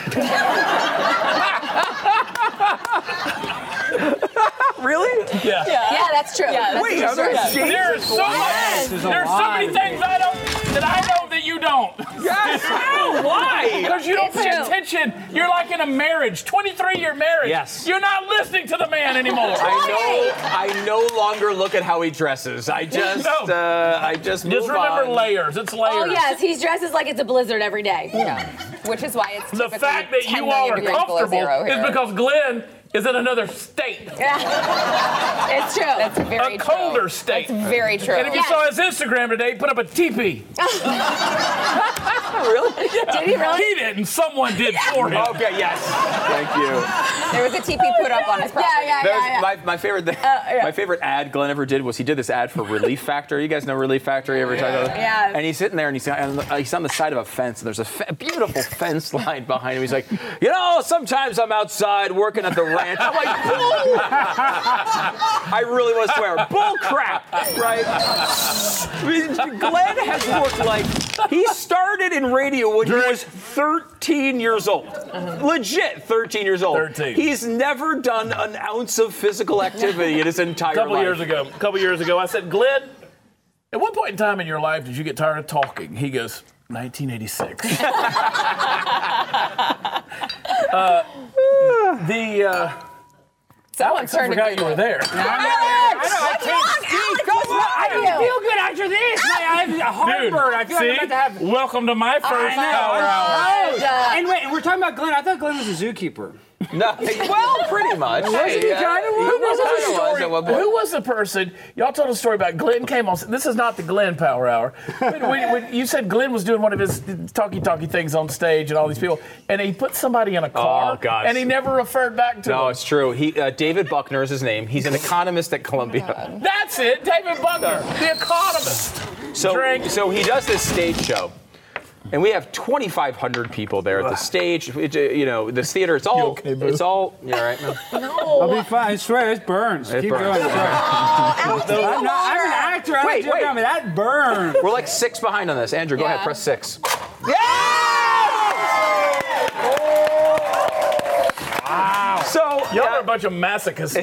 S5: Really?
S1: Yeah.
S6: Yeah, that's true.
S5: Wait, are there
S4: right.
S5: shades?
S1: There is so much.
S6: Yes.
S1: There's so many things I don't that I know that you don't.
S5: Yes. How? Why?
S1: Because you don't
S6: It's
S1: pay
S6: true.
S1: attention. You're like in a marriage, 23 year marriage.
S5: Yes.
S1: You're not listening to the man anymore.
S5: I know. I no longer look at how he dresses. I just.
S1: No.
S5: Uh, I just. Move
S1: Just remember
S5: on.
S1: layers. It's layers.
S6: Oh yes, he dresses like it's a blizzard every day.
S4: Which is why it's
S1: The
S4: typically
S1: fact that
S4: 10
S1: you all
S4: million
S1: are
S4: degrees below
S1: comfortable
S4: zero
S1: is
S4: here.
S1: because Glenn is in another state,
S6: Yeah. it's true.
S4: that's very
S1: a colder
S4: true.
S1: state.
S4: That's very true.
S1: and if you
S6: Yes.
S1: saw his Instagram today, he put up a teepee.
S5: Really?
S6: Did he really?
S1: He didn't. Someone did for him.
S5: Okay. Yes. Thank you.
S4: there was a TP put up on his property.
S6: Yeah, yeah,
S5: That was
S6: yeah. yeah.
S5: my, my favorite thing-
S6: yeah.
S5: my favorite ad Glenn ever did was he did this ad for Relief Factor. You guys know Relief Factor? You ever talk about that?
S6: Yeah.
S5: And he's sitting there and he's, and he's on the side of a fence and there's a fe- beautiful fence line behind him. He's like, you know, sometimes I'm outside working at the ranch. I'm like, bull! I really want to swear, bull crap, right? I mean, Glenn has looked like he started in radio when he was 13 years old. Legit 13 years old.
S1: 13.
S5: He's never done an ounce of physical activity in his entire
S1: couple
S5: life.
S1: years ago, a couple years ago, I said, Glenn, at what point in time in your life did you get tired of talking? He goes, 1986. Uh, the uh,
S4: Someone
S1: Alex, I
S4: turned
S1: forgot
S4: to
S1: you were there.
S4: Alex!
S7: I
S4: What's
S7: can't
S4: wrong, Alex?
S7: Come
S4: What's
S7: on, I
S4: wrong
S7: don't
S4: with you?
S7: feel good after this. I I have a heartburn. I feel
S1: see?
S7: like I'm about to have.
S1: Welcome to my first
S7: I know,
S1: power hour.
S7: I'm
S4: Hour.
S7: tired. Uh, And wait, we're talking about Glenn. I thought Glenn was a zookeeper.
S5: No, well, pretty much. uh,
S7: Wasn't he kind of one?
S1: Who was,
S5: Kinda
S1: the story-
S5: at one point.
S1: who was the person? Y'all told a story about Glenn came on. This is not the Glenn Power Hour. When, when- when you said Glenn was doing one of his talky talky things on stage and all these people, and he put somebody in a car,
S5: Oh, gosh.
S1: and he never referred back to
S5: No,
S1: him.
S5: it's true. He uh, David Buckner is his name. He's an economist at Columbia.
S1: That's it, David Buckner, the economist.
S5: So,
S1: Drink.
S5: so he does this stage show, and we have 2,500 people there at the stage. It, uh, you know, this theater. It's all.
S1: okay, boo?
S5: it's all. You all right, man?
S7: I'll be fine. I swear, it burns.
S5: It
S7: Keep
S5: burns.
S7: going. Sorry.
S5: Oh,
S4: Alex, you
S7: I'm, not, I'm an
S4: are.
S7: actor. I
S5: Wait,
S7: don't do
S5: wait.
S7: comedy. That burns.
S5: We're like six behind on this. Andrew, go ahead.
S4: Yeah.
S5: Press six. Wow. So
S1: Y'all
S5: yeah,
S1: are a bunch of masochists.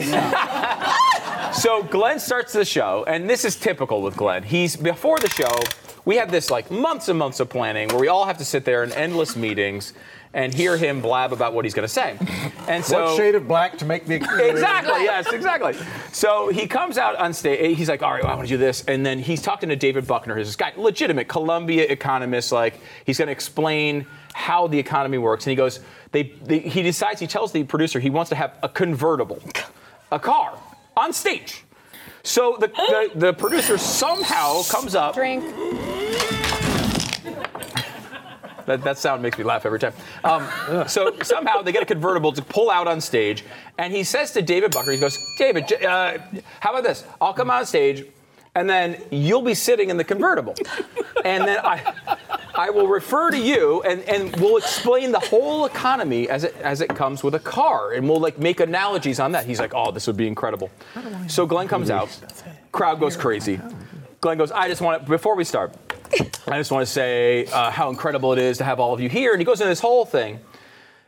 S5: So Glenn starts the show, and this is typical with Glenn. He's before the show, we have this like months and months of planning where we all have to sit there in endless meetings and hear him blab about what he's going to say. And so
S8: what shade of black to make the
S5: Exactly. Yes. Exactly. So he comes out on stage. He's like, "All right, well, I want to do this," and then he's talking to David Buckner, who's this guy, legitimate Columbia economist. Like, he's going to explain how the economy works, and he goes, they, they, he decides, he tells the producer he wants to have a convertible, a car, on stage." So the, the, the producer somehow comes up.
S4: Drink.
S5: That, that sound makes me laugh every time. Um, so somehow they get a convertible to pull out on stage, and he says to David Bucker, he goes, David, j- uh, how about this? I'll come on stage, and then you'll be sitting in the convertible, and then I, I will refer to you, and, and we'll explain the whole economy as it as it comes with a car, and we'll like make analogies on that. He's like, oh, this would be incredible. So Glenn comes out, crowd goes crazy. Glenn goes, I just want to, before we start, I just want to say uh, how incredible it is to have all of you here. And he goes into this whole thing.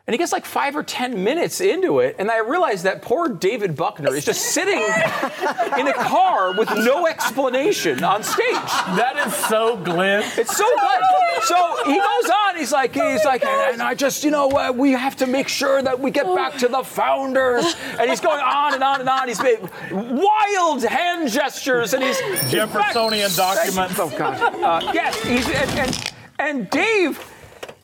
S5: And he gets like five or ten minutes into it, and I realize that poor David Buckner is just sitting in a car with no explanation on stage.
S1: that is so Glenn.
S5: It's so good. So he goes on. He's like, he's like, and, and I just, you know, uh, we have to make sure that we get back to the founders. And he's going on and on and on. He's made wild hand gestures, and he's he's back-
S1: Jeffersonian documents.
S5: Oh God. Uh, yes, he's and, and and Dave.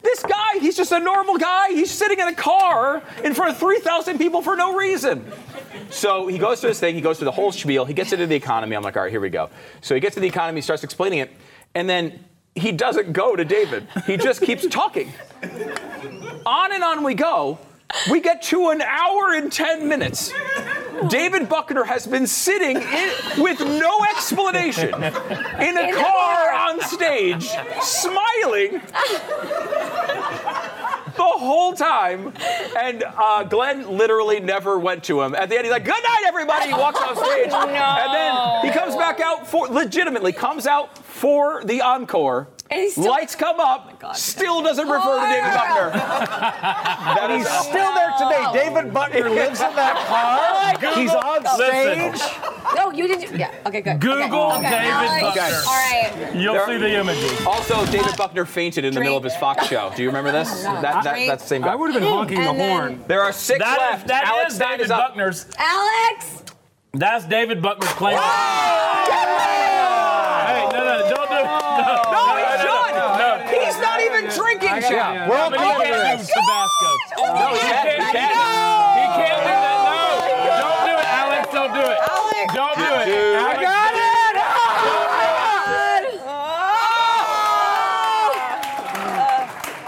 S5: This guy, he's just a normal guy. He's sitting in a car in front of 3,000 people for no reason. So he goes through this thing, he goes through the whole spiel, he gets into the economy. I'm like, all right, here we go. So he gets to the economy, starts explaining it, and then he doesn't go to David. He just keeps talking. On and on we go. We get to an hour and 10 minutes. David Buckner has been sitting in, with no explanation in a car on stage, smiling the whole time. And uh, Glenn literally never went to him. At the end, he's like, "Good night, everybody." He walks off stage, and then he comes back out for legitimately comes out for the encore.
S4: And he's still- Oh
S5: Lights come up, still doesn't refer to David Buckner. that is
S8: Still there today. David Buckner lives in
S5: Oh
S8: that car. He's on
S1: Listen.
S8: stage.
S6: No, you didn't. Yeah. Okay, good.
S1: Google
S6: Okay.
S1: David
S4: Alex,
S1: Buckner.
S4: All right.
S1: You'll
S5: There-
S1: see the images.
S5: Also, David Buckner fainted in the middle of his Fox show. Do you remember this? That, that,
S4: Drink.
S5: that's the same
S7: I
S5: guy.
S7: would have been honking the
S4: And then-
S7: horn.
S5: There are six
S1: That
S5: left.
S1: is, that
S5: Alex
S1: is
S5: Stein
S1: David
S5: is up.
S1: Buckner's.
S6: Alex.
S1: That's David Buckner's claim. Hey, no, no, don't do No,
S5: No, he's done.
S1: No, no.
S5: He's not even drinking. Chip.
S7: Yeah.
S8: We're all
S1: But he
S8: talking
S5: Oh,
S1: can't do Tabasco.
S5: No, he
S1: He
S5: can't.
S1: can't,
S5: He
S1: he
S5: can't.
S1: can't do that. No. Don't do it, Alex. Don't do it.
S4: Alex.
S1: Don't do it.
S5: Dude.
S1: Alex,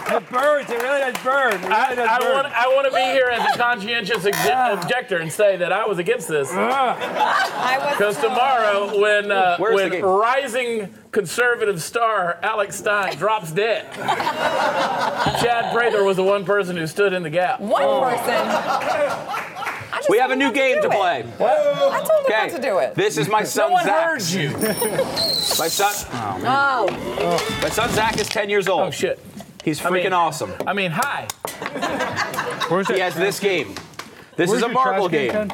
S7: It burns. It really does burn. It really
S1: I,
S7: does
S1: I,
S7: burn.
S1: want, I want to be here as a conscientious ex- objector and say that I was against this
S4: I was.
S1: because tomorrow, when uh,
S5: Where's the
S1: when
S5: game?
S1: rising conservative star Alex Stein drops dead, Chad Prather was the one person who stood in the gap.
S4: One person. I just
S5: Oh. We have a
S4: told
S5: new
S4: him not
S5: game
S4: do
S5: to
S4: it.
S5: play.
S4: I told him
S5: Okay.
S4: not to do it.
S5: This is my son
S1: No one
S5: Zach.
S1: heard you.
S5: My son,
S6: Oh.
S5: my son Zach is 10 years old.
S1: Oh shit.
S5: He's freaking
S1: mean-
S5: awesome.
S1: I mean, hi.
S8: Where's
S5: He has this game. This is a marble game.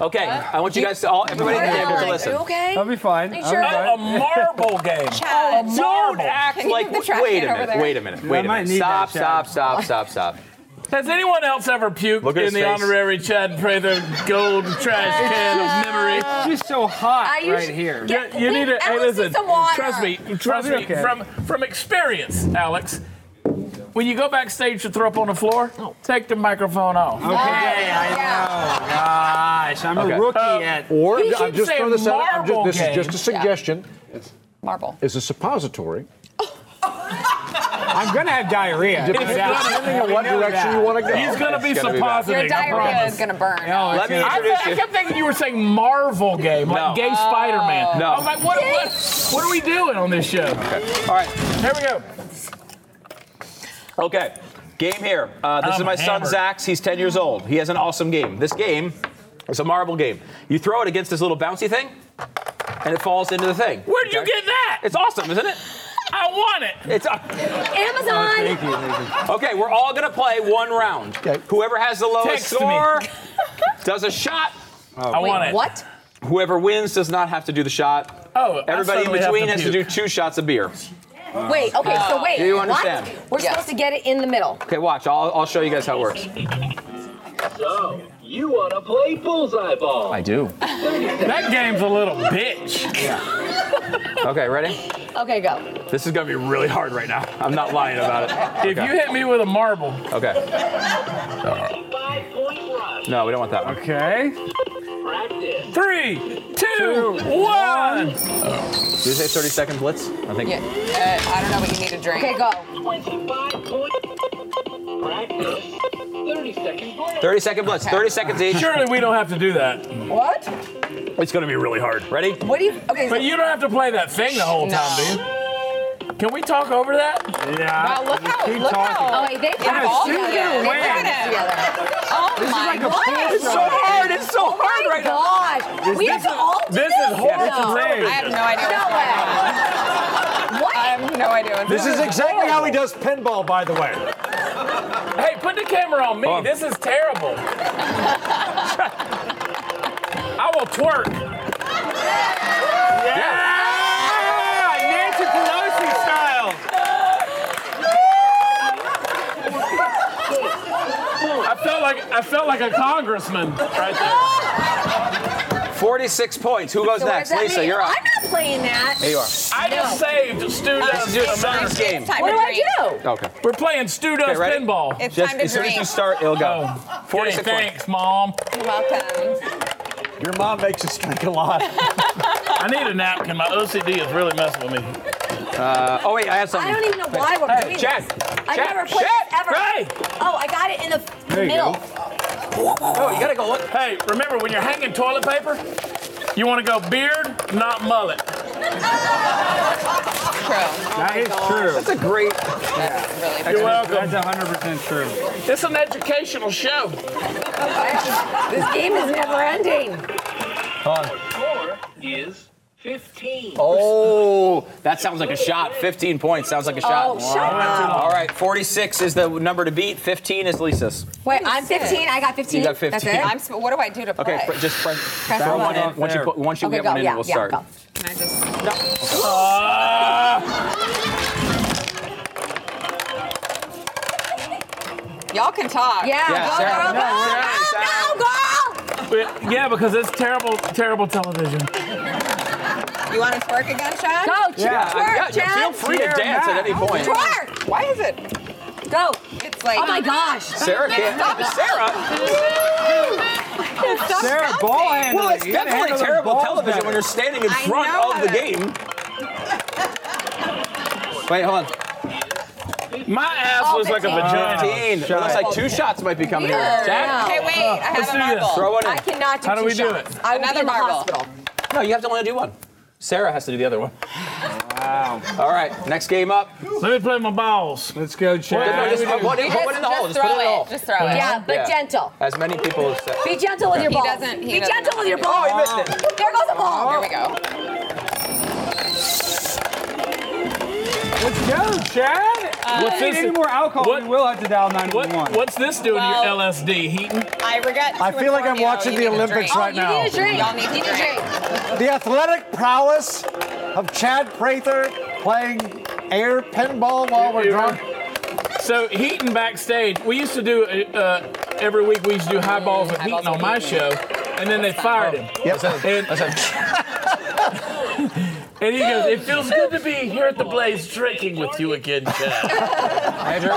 S5: Okay, I want you guys to all, everybody in the
S6: Are you
S5: table to
S6: all right? Are
S5: listen.
S6: you okay?
S7: Um,
S8: I'll be fine.
S6: Make
S8: I'll be
S6: sure-
S8: fine.
S1: A marble game.
S4: Chad,
S5: Don't act
S4: Can you
S5: like.
S4: move the trash
S5: Wait a
S4: can over
S5: minute.
S4: there?
S5: Wait a minute.
S7: Yeah, I
S5: Wait a
S7: might
S5: minute.
S7: need
S5: Stop.
S7: that,
S5: Stop.
S7: Chad.
S5: Stop. Stop. Stop.
S1: Has anyone else ever puked
S5: Look
S1: in
S5: at his
S1: the
S5: face.
S1: honorary Chad Prather gold trash can of memory?
S7: It's just so hot
S6: Are you
S7: right
S6: sh-
S7: here.
S6: Yeah.
S1: You, you
S6: Wait,
S1: need to. Hey,
S6: Alex needs
S1: listen.
S6: some water.
S1: Trust me. Trust
S8: I'll
S1: me.
S8: be Oh, okay.
S1: From from experience, Alex. When you go backstage to throw up on the floor, take the microphone off.
S7: Okay, I know. Gosh, I'm a rookie
S1: Uh,
S7: at.
S8: Or
S1: He
S8: I'm
S1: keeps
S8: just throwing
S1: saying
S8: this out. I'm just-
S1: marble
S8: this
S1: game.
S8: is just a suggestion.
S4: Marble.
S8: It's a suppository.
S7: I'm gonna have diarrhea.
S8: Depending on what direction you want to go.
S1: He's gonna be
S5: It's gonna be bad.
S1: suppository.
S4: Your
S1: I
S4: diarrhea
S1: promise.
S4: is gonna burn.
S5: Let me
S1: I,
S5: introduce
S1: thought- I
S5: you.
S1: kept thinking you were saying Marvel game, like
S5: No.
S6: Oh.
S1: gay Spider-Man.
S5: No.
S1: I was like, what, what, what are we doing on this show?
S5: All right.
S1: Here we go.
S5: Okay. Game here. Uh, this
S1: I'm
S5: is my son
S1: hammered.
S5: Zach's. He's 10 years old. He has an awesome game. This game is a marble game. You throw it against this little bouncy thing, and it falls into the thing.
S1: Where'd you
S5: Okay?
S1: get that?
S5: It's awesome, isn't it?
S1: I want it.
S5: It's uh, Oh,
S6: Amazon.
S5: okay. We're all gonna play one round.
S8: Okay.
S5: Whoever has the lowest
S1: Text me.
S5: score does a shot. Oh.
S1: I want it.
S4: What?
S5: Whoever wins does not have to do the shot.
S1: Oh, I
S5: Everybody in
S1: suddenly have
S5: between has to do
S1: puke.
S5: two shots of beer.
S6: Wait. Okay. So wait.
S5: Do you
S6: what?
S5: understand?
S6: We're
S4: Yes.
S6: supposed to get it in the middle.
S5: Okay, watch. I'll, I'll show you guys how it works.
S11: So, you want to play bullseye ball?
S5: I do.
S1: That game's a little bitch.
S5: Okay, ready?
S6: Okay. Go.
S5: This is gonna be really hard right now. I'm not lying about it.
S1: If you hit me with a marble,
S5: Okay.
S11: Five point rush.
S5: No, we don't want that one.
S7: Okay.
S11: Practice.
S1: three, two, one.
S5: Did you say 30 second blitz? I think.
S4: Yeah, uh, I don't know, but you need a drink.
S6: Okay. Go.
S11: 25 points. Practice. 30 second break.
S5: 30 second blitz. 30 seconds each.
S1: Surely we don't have to do that.
S4: What?
S5: It's gonna be really hard. Ready?
S4: What do you? Okay.
S1: But
S4: So,
S1: you don't have to play that thing the whole time, do you? Can we talk over that?
S7: Yeah.
S4: wow, look how
S7: Keep
S4: look
S7: talking.
S4: how.
S6: Oh, wait, they
S4: they're all
S7: soon
S4: together.
S7: gonna
S4: Look
S7: win.
S4: at it.
S6: Together.
S4: Oh my
S7: like a
S4: God.
S7: full It's so
S4: Look at
S5: hard.
S4: it.
S5: It's so hard right now.
S6: Oh God. We have to all do
S1: This is horrible.
S4: I have no idea.
S6: No
S4: what's going on.
S6: way. What?
S4: I have no idea. What's
S8: This
S4: going
S8: is
S4: on.
S8: exactly how he does pinball, by the way.
S1: Hey, put the camera on me.
S5: Oh.
S1: This is terrible. I will twerk.
S7: Ah, Nancy Pelosi style.
S1: I felt like I felt like a congressman right there.
S5: 46 points. Who goes
S6: So what does
S5: next?
S6: that
S5: Lisa,
S6: mean?
S5: you're up.
S6: I'm not playing that.
S5: There you are.
S1: I just saved Stu
S5: This is your
S1: Duff's
S5: son's
S1: America.
S5: game.
S4: Time
S6: What
S4: to
S6: do I
S4: drink.
S6: do?
S5: Okay.
S1: We're playing Stu Duff's
S5: ready?
S1: pinball.
S4: It's
S5: Just
S4: time to
S5: as soon as
S4: drink.
S5: you start, it'll go.
S1: Oh,
S5: 46
S1: okay,
S5: points.
S1: thanks, Mom.
S4: You're welcome.
S8: Your mom makes us drink a lot.
S1: I need a napkin. My OCD is really messing with me.
S5: Oh, wait, I have
S6: I
S5: something.
S6: don't even know why we're
S5: Hey,
S6: doing
S5: Chad,
S6: this. I
S5: Chad,
S6: never played
S5: Chad,
S6: it ever.
S1: Ray.
S6: Oh, I got it in the
S7: There you
S6: middle.
S7: go.
S5: Oh, you gotta go look.
S1: Hey, remember when you're hanging toilet paper, you want to go beard, not mullet.
S4: True.
S7: That is true.
S5: Oh That's a great.
S4: That's really
S1: You're
S4: true.
S1: welcome.
S7: That's 100% true.
S1: It's an educational show.
S6: This game is never ending.
S11: Score is 15.
S5: Oh, that sounds like a shot. 15 points sounds like a shot.
S6: Oh, shut up.
S5: All right, 46 is the number to beat. 15 is Lisa's.
S6: Wait, I'm
S4: What is
S6: 15. I got 15.
S5: You got
S6: That's
S5: 15.
S6: it?
S4: I'm. Sp- what do I do to play?
S5: Okay, fr- just press,
S6: Press
S5: throw
S6: the
S5: one
S6: button.
S5: in. Once you, put, once you
S6: Okay,
S5: get
S6: go.
S5: one in,
S6: Yeah,
S5: we'll
S6: yeah,
S5: start.
S6: go.
S4: Can I just? Ah. Y'all can talk.
S6: Yeah,
S5: Yeah,
S6: go,
S5: Sarah.
S6: girl, go.
S5: No, Sarah,
S6: Go, go, girl.
S1: But- yeah, because it's terrible, terrible television.
S4: You want to twerk again, Sean?
S6: Go,
S5: Yeah,
S6: Chad. Twerk,
S5: yeah, feel
S6: Chad.
S5: free to dance at any point.
S6: Twerk.
S4: Why is it?
S6: Go.
S4: It's like.
S6: Oh, my gosh.
S5: Sarah can't. Sarah.
S7: Sarah, ball handling.
S5: Well, it's
S7: You gotta
S5: definitely
S7: handle the
S5: terrible
S7: balls
S5: television
S7: better.
S5: when you're standing in
S4: I
S5: front
S4: know
S5: of the
S4: it.
S5: game. Wait, hold on.
S1: My ass
S6: Oh,
S1: looks like a
S6: 15.
S1: vagina.
S5: 15. It looks like two shots might be coming here. Jack,
S4: Okay, wait. I
S1: Let's
S4: have a
S1: do this.
S4: marble.
S5: throw one
S6: I
S5: in.
S6: cannot do
S1: How do
S6: two
S1: we do
S6: shots.
S1: it?
S6: I will
S4: Another
S6: be in the
S4: marble.
S6: hospital.
S5: No, you have to only do one. Sarah has to do the other one. Wow. All right, next game up.
S1: Let me play my balls.
S7: Let's go,
S5: No, no,
S7: Chad.
S5: just put one in put one in the hole. Just
S4: throw
S5: put it in the hole.
S4: it. Just throw it.
S6: Yeah, but
S5: Yeah.
S6: gentle.
S5: As many people have said.
S6: Be gentle with your balls.
S4: doesn't- he
S6: Be
S4: doesn't
S6: gentle with your
S4: know how
S6: balls.
S5: Oh, he missed it.
S6: There goes a ball.
S4: Here we go.
S7: Let's go, Chad.
S4: Uh,
S7: What's this? Any more alcohol,
S1: What-
S7: we will have to dial 911.
S1: what's this doing
S4: Well-
S1: to your LSD, Heaton?
S4: I regret. to
S8: I feel like I'm
S4: inform you,
S8: watching
S4: you
S8: the
S4: need a
S8: Olympics
S4: drink.
S8: right
S6: You
S8: now.
S6: need a drink.
S4: Y'all need to drink.
S8: The athletic prowess of Chad Prather playing air pinball while we're drunk.
S1: So Heaton backstage, we used to do uh, every week. We used to do high balls with Heaton on my show, and then they fired him.
S8: Yep.
S1: And, and he goes, "It feels good to be here at the Blaze drinking with you again, Chad."
S5: Andrew.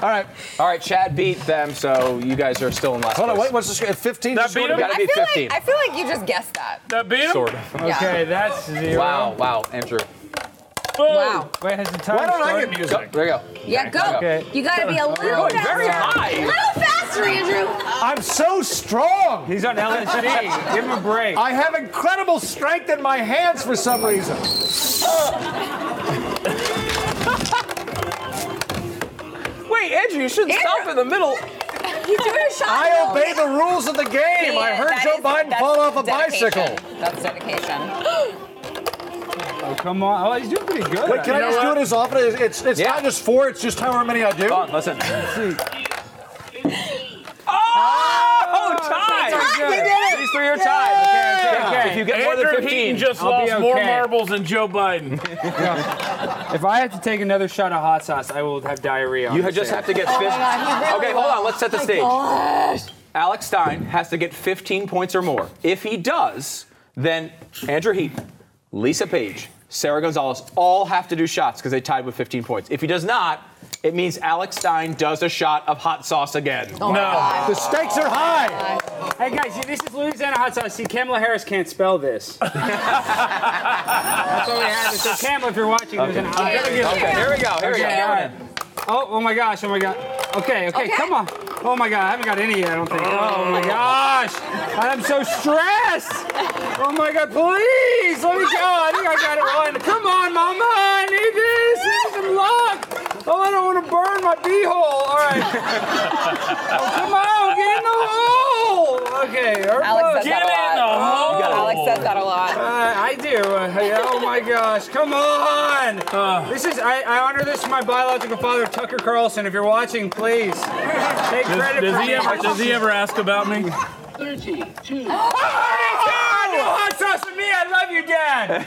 S5: All right. All right. Chad beat them, so you guys are still in last
S8: Hold on,
S5: place.
S8: wait, what's this? 15?
S1: That
S8: Just
S1: beat
S8: scored
S1: him?
S8: a
S4: I
S5: Gotta
S4: feel
S5: be
S4: like
S5: 15.
S4: I feel like you just guessed that.
S1: That beat him.
S5: Sort of.
S4: Yeah.
S7: Okay, that's zero.
S5: Wow. Wow. Andrew.
S4: Wow.
S7: Wait, has the time
S8: Why don't I
S7: started?
S8: get music?
S5: Go. There you go.
S6: Yeah, go.
S7: Okay.
S6: You gotta be a little faster.
S5: very high.
S6: A little faster, Andrew.
S8: I'm so strong.
S7: He's on LSD. Give him a break.
S8: I have incredible strength in my hands for some reason.
S5: Wait, Andrew, you shouldn't
S4: Andrew.
S5: stop in the middle.
S6: He's doing a shot.
S8: I obey the rules of the game. I heard
S4: That
S8: Joe
S4: is-
S8: Biden
S4: that's
S8: fall off a
S4: dedication.
S8: bicycle.
S4: That's dedication.
S7: Oh, come on. Oh, he's doing pretty good.
S8: Wait, can I
S1: know
S8: just do
S1: what?
S8: it as often? It's it's, it's
S5: Yeah.
S8: not just four. It's just however many I do.
S5: Come on, listen.
S7: Oh,
S5: tied.
S7: We did it.
S5: These three are tied.
S7: Okay, okay, okay.
S5: If you get more than
S1: Andrew
S5: 15,
S1: Heaton just
S7: I'll be
S1: lost more
S7: okay.
S1: marbles than Joe Biden.
S7: If I have to take another shot of hot sauce, I will have diarrhea. on
S5: you
S7: this
S5: just
S7: air.
S5: have to get
S6: Oh
S5: 15. okay, hold on. Let's set the stage. Alex Stein has to get 15 points or more. If he does, then Andrew Heaton, Lisa Page, Sarah Gonzalez all have to do shots because they tied with 15 points. If he does not, it means Alex Stein does a shot of hot sauce again.
S1: no.
S8: The stakes are high.
S7: Hey guys, see, this is Louisiana hot sauce. See, Kamala Harris can't spell this. That's all we have. So Kamala, if you're watching, there's an
S6: Okay.
S7: hot
S6: Yeah.
S5: Okay, here we go. Here we go.
S7: Okay, all right. Oh, oh my gosh, oh my god. Okay, okay,
S6: Okay.
S7: come on. Oh my god, I haven't got any yet, I don't think. Oh my gosh. I'm so stressed. Oh my god, please, let me go. I think I got it one. Come on, mama, I need this. I need some luck. Oh, I don't want to burn my bee hole. All right. oh, come on, get in the hole. Okay, all right.
S4: Alex says
S7: Get it.
S4: that a lot. Oh,
S1: hole.
S4: Alex says that a lot.
S7: Uh, I do. Uh, yeah, oh my gosh! Come on!
S1: Ah.
S7: this is. I, I honor this to my biological father, Tucker Carlson. If you're watching, please take credit for
S1: Does he
S7: me.
S1: ever? Does he ever ask about me?
S11: 32.
S7: Oh my God! No hot sauce for me. I love you, Dad.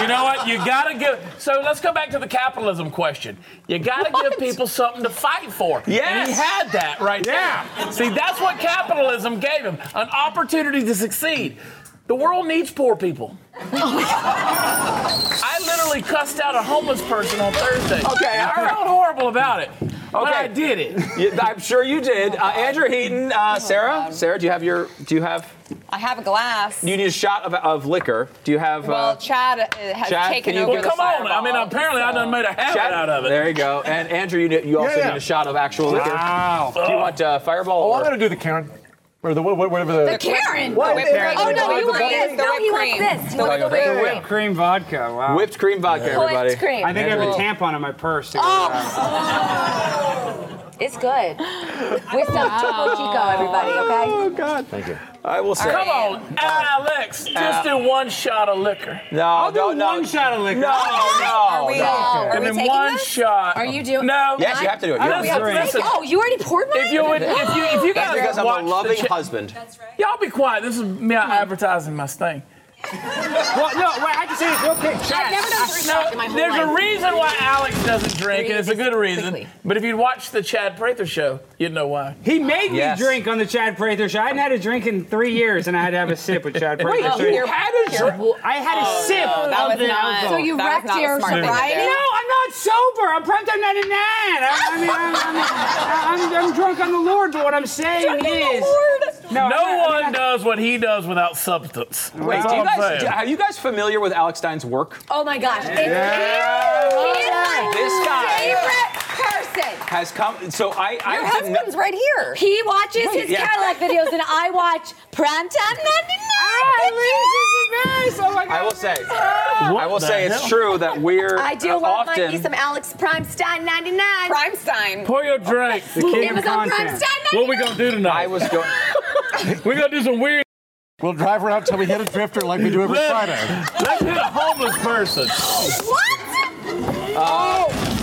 S1: You know what? You gotta give. So let's go back to the capitalism question. You gotta give people something to fight for. And
S5: Yes.
S1: he had that right
S7: Yeah.
S1: there. See, that's what capitalism gave him an opportunity to succeed. The world needs poor people.
S5: Oh
S1: I literally cussed out a homeless person on Thursday.
S5: Okay,
S1: I
S5: all right.
S1: felt horrible about it. But
S5: Okay.
S1: I did it.
S5: Yeah, I'm sure you did. Uh, Andrew Heaton,
S6: Oh
S5: uh, Sarah, Sarah, do you have your? Do you have?
S4: I have a glass.
S5: You need a shot of, of liquor. Do you have?
S4: well,
S5: Uh,
S4: Chad uh, has
S5: Chad,
S4: taken
S5: can you-
S4: over
S1: Well,
S5: You're
S4: the
S1: come on. I
S4: fireball,
S1: mean, apparently I done made a habit
S5: Chad?
S1: out of it.
S5: There you go. And Andrew, you, you also
S8: Yeah, yeah.
S5: need a shot of actual liquor.
S7: Wow.
S5: Do you want uh, Fireball?
S8: Oh, I'm
S5: or-
S8: gonna do the Karen, or the wha- wha- whatever the.
S6: The Karen.
S4: The whipped
S8: Karen?
S4: cream.
S6: Oh no,
S4: The
S6: you want
S4: whipped
S6: this.
S4: cream. The
S6: No, he
S4: whipped
S6: wants
S4: cream.
S6: this. He wants the
S7: The
S6: whipped
S7: whipped
S6: cream.
S7: cream vodka. Wow.
S5: Whipped cream vodka, everybody.
S6: Whipped cream.
S7: I think I have a tampon in my purse. To go
S5: Oh!
S7: around.
S6: It's good. With some Topo Chico, everybody. Okay.
S5: Oh God. Thank you. I will say.
S1: Come on, Alex. Just do one shot of liquor.
S5: No,
S7: I'll do
S5: no, no.
S7: one shot of liquor.
S5: No,
S4: Are
S5: no.
S4: we,
S5: no.
S4: all? are
S1: and
S4: we
S1: then
S4: taking
S1: one
S4: this?
S1: shot.
S6: Are you doing?
S1: No.
S5: Yes, you have to do it.
S7: I
S5: You're
S7: don't
S5: right.
S1: Listen,
S7: drink.
S1: listen.
S6: Oh, you already poured mine.
S1: If you would, if you, if you
S5: That's
S1: guys
S5: because I'm
S1: watch
S5: a
S1: the
S5: loving
S1: cha-
S5: husband.
S1: Y'all be quiet. This is me advertising my sting.
S7: Well, no, wait. I can say this real quick.
S6: I've never done three shots in my whole
S1: There's
S6: life.
S1: a reason why Alex doesn't drink, and it's a good reason.
S6: Quickly.
S1: But if you'd watch the Chad Prather show, you'd know why.
S7: He made me
S5: Yes.
S7: drink on the Chad Prather show. I hadn't had a drink in three years, and I had to have a sip with Chad Prather.
S4: Oh,
S7: So-
S4: you're-
S7: I had a sip
S4: Oh, That
S7: of
S4: was
S7: the
S4: not.
S7: alcohol.
S6: So you
S4: that was
S6: wrecked
S4: not a
S6: your
S4: smart thing to
S6: sobriety?
S4: do.
S7: No, I'm not sober. I'm prompt. I'm 99. I, I mean, I'm, I'm, I'm, I'm drunk on the Lord, but what I'm saying is. No,
S1: No
S7: I'm
S1: one does what he does without substance.
S5: Wait,
S1: That's
S5: do you
S1: all I'm saying.
S5: guys, do- are you guys familiar with Alex Stein's work?
S6: Oh my gosh. It's He is my
S5: This guy
S6: favorite person.
S5: has come. So I,
S4: Your
S5: I didn't.
S4: husband's right here.
S6: He watches his
S5: Yeah.
S6: Cadillac videos and I watch Primetime 99.
S7: Ah, Lisa's the best. Oh my God.
S5: I will say, I will say it's true that we're
S6: I do love my
S5: often.
S6: piece some Alex Primestein 99.
S4: Primestein.
S1: Pour your drink.
S7: King
S6: it
S7: of
S6: was on Primestein
S7: content.
S6: 99.
S1: What we gonna do
S5: I
S1: tonight?
S5: was going.
S1: we gonna do some weird.
S8: We'll drive around till we hit a drifter like we do every
S1: Let-
S8: Friday.
S1: Let's hit a homeless person.
S6: What?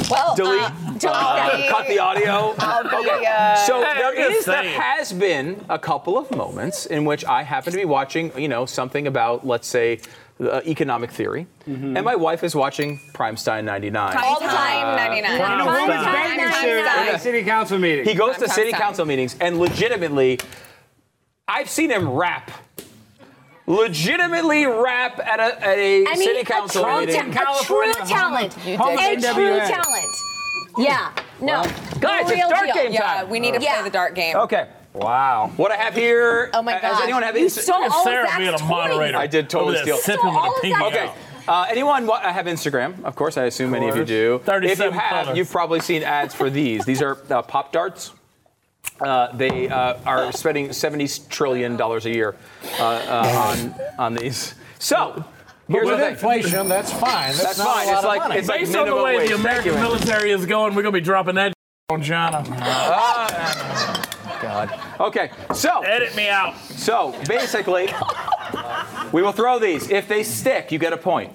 S4: Well,
S5: delete,
S4: uh, delete
S5: uh,
S4: that.
S5: cut the audio.
S4: I'll be, uh,
S5: so
S1: Hey,
S5: there
S1: I'm just
S5: is, there
S1: saying.
S5: has been a couple of moments in which I happen to be watching, you know, something about, let's say, uh, economic theory, and my wife is watching Primestein 99.
S4: All the time, 99.
S7: In a
S5: Prime
S7: woman's
S5: time.
S7: bathing
S4: Prime
S7: suit
S4: time.
S7: at a city council meeting.
S5: He goes to
S4: Prime
S5: city
S4: Time.
S5: council meetings and legitimately, I've seen him rap. Legitimately rap at a, at a
S6: I mean,
S5: city
S6: a
S5: council
S6: true
S5: meeting.
S6: ta- a true
S7: California,
S6: talent. A
S7: Home of
S6: true
S7: NWA.
S6: talent. Yeah. No.
S5: Guys, it's
S6: the real
S5: dart
S6: deal.
S5: game
S4: Yeah,
S5: time.
S4: we need to play
S6: Yeah.
S4: the dart game.
S5: Okay. Wow. What I have here.
S6: Oh my
S5: uh,
S6: god.
S5: Does anyone have
S6: you
S5: any?
S6: stole all
S1: Sarah
S6: of
S1: being
S6: Zach's
S1: a moderator.
S6: toys.
S5: I did totally
S1: Over there
S5: steal.
S1: Sipping with
S6: All
S1: a
S6: of
S1: pinky
S6: that-
S5: Okay.
S1: out.
S5: Uh, anyone wa- have Instagram? Of course, I assume many of you do. If you
S1: 37
S5: have,
S1: colors.
S5: you've probably seen ads for these. These are uh, pop darts. Uh, they uh, are spending seventy trillion dollars a year uh, uh, on on these. So here's
S8: With
S5: the thing.
S8: inflation, that's fine. That's,
S5: That's
S8: not
S5: fine.
S8: A lot
S5: It's
S8: of
S5: like-
S8: money.
S5: it's like-
S1: Based on the
S5: minimum
S1: way
S5: wage.
S1: the
S5: Thank
S1: American
S5: you, Andy.
S1: military is going, we're going to be dropping that on China.
S5: Okay. So
S1: Edit me out.
S5: so basically, we will throw these. If they stick, you get a point.